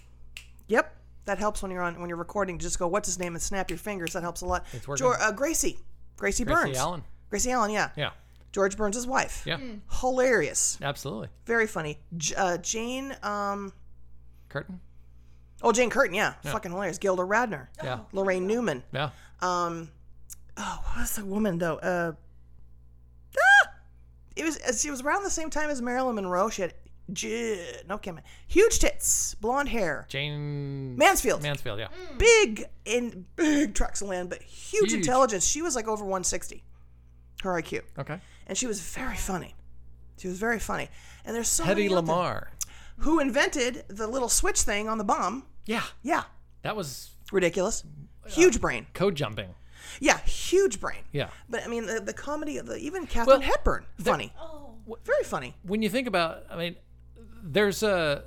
Speaker 2: Yep, that helps when you're on when you're recording. Just go, what's his name, and snap your fingers. That helps a lot. It's
Speaker 1: working.
Speaker 2: uh, Gracie, Gracie Burns,
Speaker 1: Gracie Allen
Speaker 2: Gracie Allen, yeah,
Speaker 1: yeah
Speaker 2: George Burns' wife.
Speaker 1: yeah
Speaker 2: Hilarious,
Speaker 1: absolutely
Speaker 2: very funny. J- uh, Jane, um,
Speaker 1: curtain
Speaker 2: oh Jane Curtin, yeah, fucking hilarious. Gilda Radner,
Speaker 1: yeah
Speaker 2: Lorraine Newman.
Speaker 1: yeah
Speaker 2: um oh what was the woman though uh ah! it was she was around the same time as marilyn monroe she had J- no, can't. Huge tits, blonde hair,
Speaker 1: Jane
Speaker 2: Mansfield,
Speaker 1: Mansfield, yeah.
Speaker 2: Mm. big in big tracts of land, but huge,
Speaker 1: Huge.
Speaker 2: intelligence. She was like over 160, her IQ,
Speaker 1: Okay.
Speaker 2: and she was very funny. She was very funny, and there's so
Speaker 1: Hedy
Speaker 2: many out there.
Speaker 1: Lamar.
Speaker 2: who invented the little switch thing on the bomb.
Speaker 1: Yeah.
Speaker 2: Yeah,
Speaker 1: That was
Speaker 2: ridiculous. Huge brain.
Speaker 1: code jumping.
Speaker 2: Yeah, huge brain.
Speaker 1: Yeah.
Speaker 2: But I mean, the, the comedy of the even Catherine Hepburn, funny,
Speaker 3: Oh.
Speaker 2: very funny.
Speaker 1: when you think about i mean there's a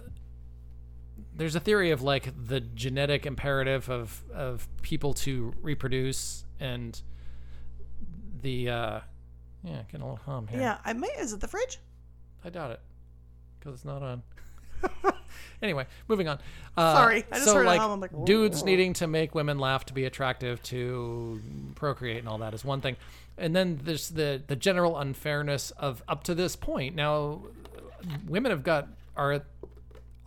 Speaker 1: there's a theory of like the genetic imperative of of people to reproduce and the uh yeah getting a little hum here
Speaker 2: Yeah, I may. Is it the fridge?
Speaker 1: i doubt it because it's not on anyway moving on uh,
Speaker 2: Sorry, I just
Speaker 1: so
Speaker 2: heard a
Speaker 1: like,
Speaker 2: hum, I'm like,
Speaker 1: dudes needing to make women laugh to be attractive to procreate and all that is one thing and then there's the the general unfairness of up to this point now women have got are at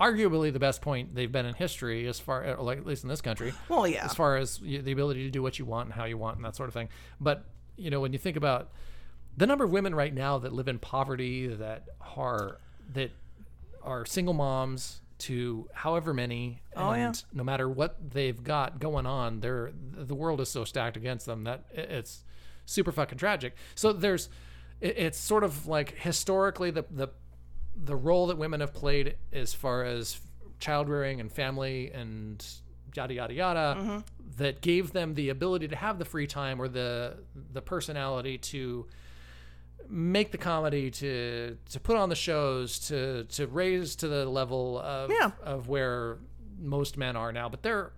Speaker 1: arguably the best point they've been in history as far or like at least in this country
Speaker 2: Well, yeah.
Speaker 1: as far as y- the ability to do what you want and how you want and that sort of thing but you know when you think about the number of women right now that live in poverty that are that are single moms to however many
Speaker 2: Oh, yeah.
Speaker 1: and no matter what they've got going on they're the world is so stacked against them that i- it's super fucking tragic so there's it- it's sort of like historically the the the role that women have played as far as child rearing and family and yada yada yada that gave them the ability to have the free time or the the personality to make the comedy to to put on the shows to to raise to the level of
Speaker 2: Yeah.
Speaker 1: of where most men are now but there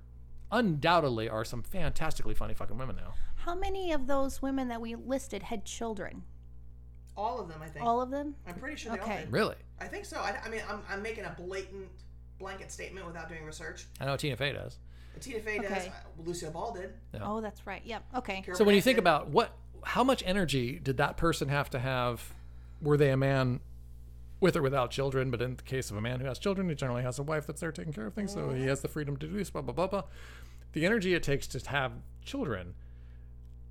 Speaker 1: undoubtedly are some fantastically funny fucking women now
Speaker 3: How many of those women that we listed had children?
Speaker 2: All of them, I think.
Speaker 3: All of them?
Speaker 2: I'm pretty sure
Speaker 3: they all Okay. did.
Speaker 1: really
Speaker 2: I think so. I, I mean, I'm, I'm making a blatant blanket statement without doing research.
Speaker 1: i know tina fey does
Speaker 2: Tina Fey does.
Speaker 3: Okay.
Speaker 2: Uh, Lucille Ball did.
Speaker 1: Yeah.
Speaker 3: Oh, that's right. Yep. Okay.
Speaker 2: Carol
Speaker 1: so when you think
Speaker 2: Baskin.
Speaker 1: about what how much energy did that person have to have were they a man with or without children but in the case of a man who has children he generally has a wife that's there taking care of things
Speaker 2: Mm-hmm.
Speaker 1: so he has the freedom to do this blah blah blah blah the energy it takes to have children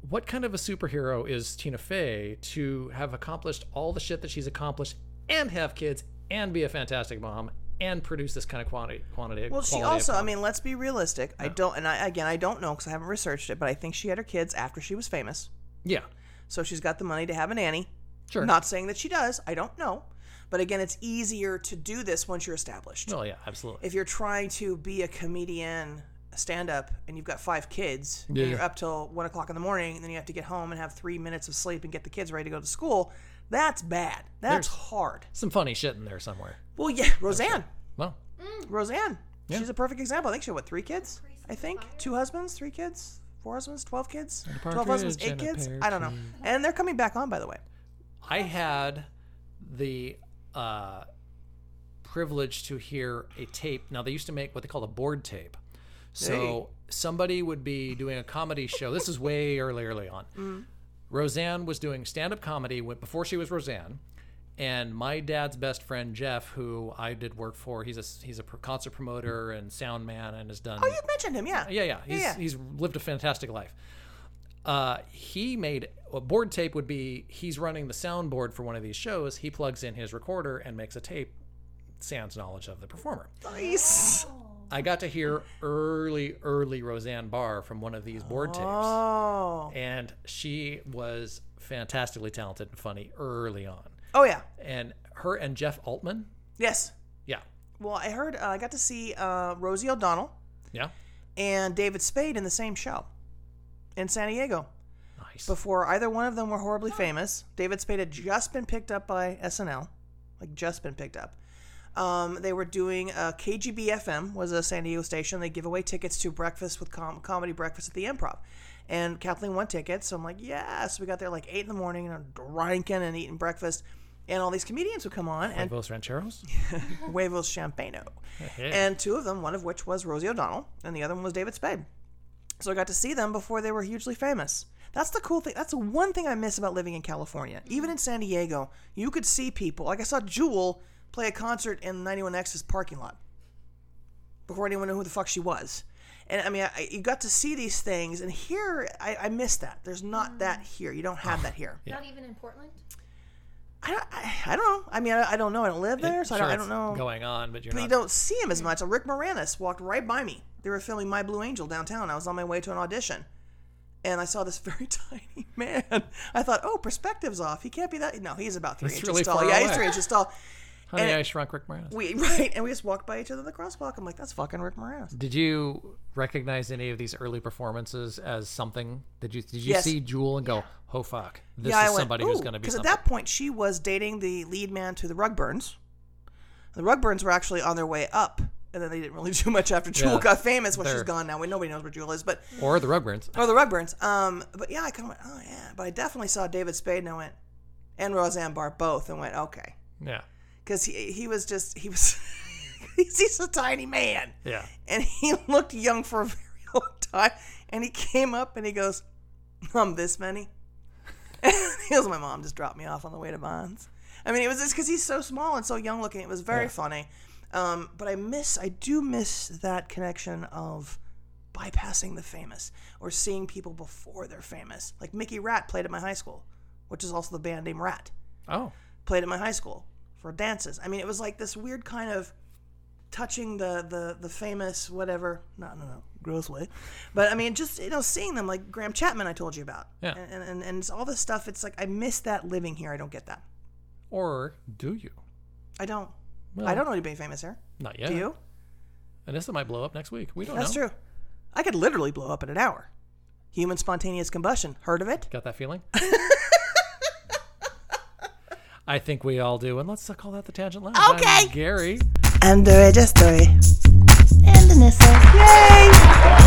Speaker 1: what kind of a superhero is tina fey to have accomplished all the shit that she's accomplished and have kids and be a fantastic mom and produce this kind of quantity quantity
Speaker 2: Well, she
Speaker 1: quality of
Speaker 2: also. I
Speaker 1: content?
Speaker 2: mean, let's be realistic. I don't, and I again, I don't know because I haven't researched it, but I think she had her kids after she was famous,
Speaker 1: yeah
Speaker 2: so she's got the money to have a nanny.
Speaker 1: sure
Speaker 2: Not saying that she does. I don't know, but again, it's easier to do this once you're established.
Speaker 1: oh yeah absolutely
Speaker 2: If you're trying to be a comedian, stand up, and you've got five kids,
Speaker 1: Yeah.
Speaker 2: and you're up till one o'clock in the morning, and then you have to get home and have three minutes of sleep and get the kids ready to go to school, that's bad. That's
Speaker 1: There's-
Speaker 2: hard.
Speaker 1: some funny shit in there somewhere
Speaker 2: Well, yeah, Roseanne.
Speaker 1: well
Speaker 2: Roseanne. She's a perfect example. I think she had, what, three kids? I think. Two husbands, three kids, four husbands, 12 kids, 12 husbands,
Speaker 1: partridge
Speaker 2: eight
Speaker 1: in a
Speaker 2: kids.
Speaker 1: pear
Speaker 2: I don't know. And they're coming back on, by the way.
Speaker 1: I had the uh, privilege to hear a tape. Now they used to make what they call a board tape. So
Speaker 2: Hey.
Speaker 1: somebody would be doing a comedy show. This is way early, early on.
Speaker 2: Mm.
Speaker 1: Roseanne was doing stand-up comedy when, before she was Roseanne, and my dad's best friend Jeff, who I did work for, he's a he's a pro- concert promoter and sound man, and has done
Speaker 2: Oh, you mentioned him, yeah.
Speaker 1: yeah, yeah. He's,
Speaker 2: yeah.
Speaker 1: he's lived a fantastic life. Uh, he made a board tape would be he's running the soundboard for one of these shows. He plugs in his recorder and makes a tape, sans knowledge of the performer.
Speaker 2: Nice.
Speaker 1: I got to hear early, early Roseanne Barr from one of these board tapes,
Speaker 2: Oh.
Speaker 1: and she was fantastically talented and funny early on.
Speaker 2: Oh, yeah.
Speaker 1: And her and Jeff Altman,
Speaker 2: Yes.
Speaker 1: yeah,
Speaker 2: Well, I heard, uh, I got to see uh, Rosie O'Donnell
Speaker 1: yeah,
Speaker 2: and David Spade in the same show in San Diego
Speaker 1: nice.
Speaker 2: before either one of them were horribly famous. David Spade had just been picked up by SNL, like just been picked up. Um, they were doing uh, KGB FM was a San Diego station. They give away tickets to breakfast with com- comedy breakfast at the Improv, and Kathleen won tickets. So I'm like, yes. We got there like eight in the morning and I'm drinking and eating breakfast, and all these comedians would come on and
Speaker 1: Los Rancheros.
Speaker 2: Huevos Champano. And two of them, one of which was Rosie O'Donnell, and the other one was David Spade. So I got to see them before they were hugely famous. That's the cool thing. That's the one thing I miss about living in California.
Speaker 1: Mm-hmm.
Speaker 2: Even in San Diego, you could see people. Like I saw Jewel play a concert in 91X's parking lot before anyone knew who the fuck she was. And I mean, I, you got to see these things, and
Speaker 1: Mm. Ah.
Speaker 2: here I, I miss that. There's not that here. You don't have that here.
Speaker 4: Not even in Portland?
Speaker 2: I don't, I, I don't know. I mean, I, I don't know. I don't live there, so I,
Speaker 1: Sure,
Speaker 2: don't, I
Speaker 1: it's
Speaker 2: don't know.
Speaker 1: going on, but you're
Speaker 2: But
Speaker 1: not. Mm.
Speaker 2: you don't see him as much. Rick Moranis walked right by me. They were filming My Blue Angel downtown. I was on my way to an audition, and I saw this very tiny man. I thought, oh, perspective's off. He can't be that. No, he's about three
Speaker 1: That's
Speaker 2: inches
Speaker 1: really
Speaker 2: tall.
Speaker 1: far
Speaker 2: yeah, he's
Speaker 1: away.
Speaker 2: three inches tall.
Speaker 1: Honey,
Speaker 2: and-
Speaker 1: I Shrunk Rick Moranis.
Speaker 2: We right, and we just walked by each other in the crosswalk. I'm like, that's fucking Rick Moranis.
Speaker 1: Did you recognize any of these early performances as something? Did you did you
Speaker 2: Yes.
Speaker 1: see Jewel and go, "Oh fuck, this
Speaker 2: yeah, I
Speaker 1: is
Speaker 2: went,
Speaker 1: somebody who's going to be
Speaker 2: because at
Speaker 1: something"?
Speaker 2: that point she was dating the lead man to the Rugburns. The Rugburns were actually on their way up, and then they didn't really do much after Jewel
Speaker 1: Yeah.
Speaker 2: got famous. Well, she's
Speaker 1: They're-
Speaker 2: gone now. We nobody knows where Jewel is, but
Speaker 1: or the Rugburns?
Speaker 2: or Oh, the Rugburns. Um, but yeah, I kind of went, oh yeah. But I definitely saw David Spade, and I went, and Roseanne Barr both, and went, okay,
Speaker 1: Yeah,
Speaker 2: because he he was just he was he's, he's a tiny man,
Speaker 1: yeah.
Speaker 2: and he looked young for a very long time, and he came up and he goes, I'm this many. he goes, my mom just dropped me off on the way to Bonds. I mean, it was just because he's so small and so young looking. It was very
Speaker 1: Yeah.
Speaker 2: funny. Um, but I miss, I do miss that connection of bypassing the famous or seeing people before they're famous. Like Mickey Rat played at my high school, which is also the band name Rat
Speaker 1: Oh,
Speaker 2: played at my high school for dances. I mean, it was like this weird kind of touching the the the famous whatever, not no no gross way, but I mean, just you know, seeing them like Graham Chapman I told you about,
Speaker 1: Yeah.
Speaker 2: and and, and, and it's all this stuff. It's like I miss that living here. I don't get that.
Speaker 1: or do you?
Speaker 2: I don't.
Speaker 1: Well,
Speaker 2: I don't know anybody famous here.
Speaker 1: Not yet.
Speaker 2: Do you?
Speaker 1: Anissa might blow up next week. We don't
Speaker 2: That's
Speaker 1: know.
Speaker 2: true. I could literally blow up in an hour. Human spontaneous combustion. Heard of it?
Speaker 1: Got that feeling? I think we all do, and let's call that the tangent line.
Speaker 3: Okay.
Speaker 1: Gary.
Speaker 2: Under a story.
Speaker 3: And Anissa.
Speaker 2: Yay!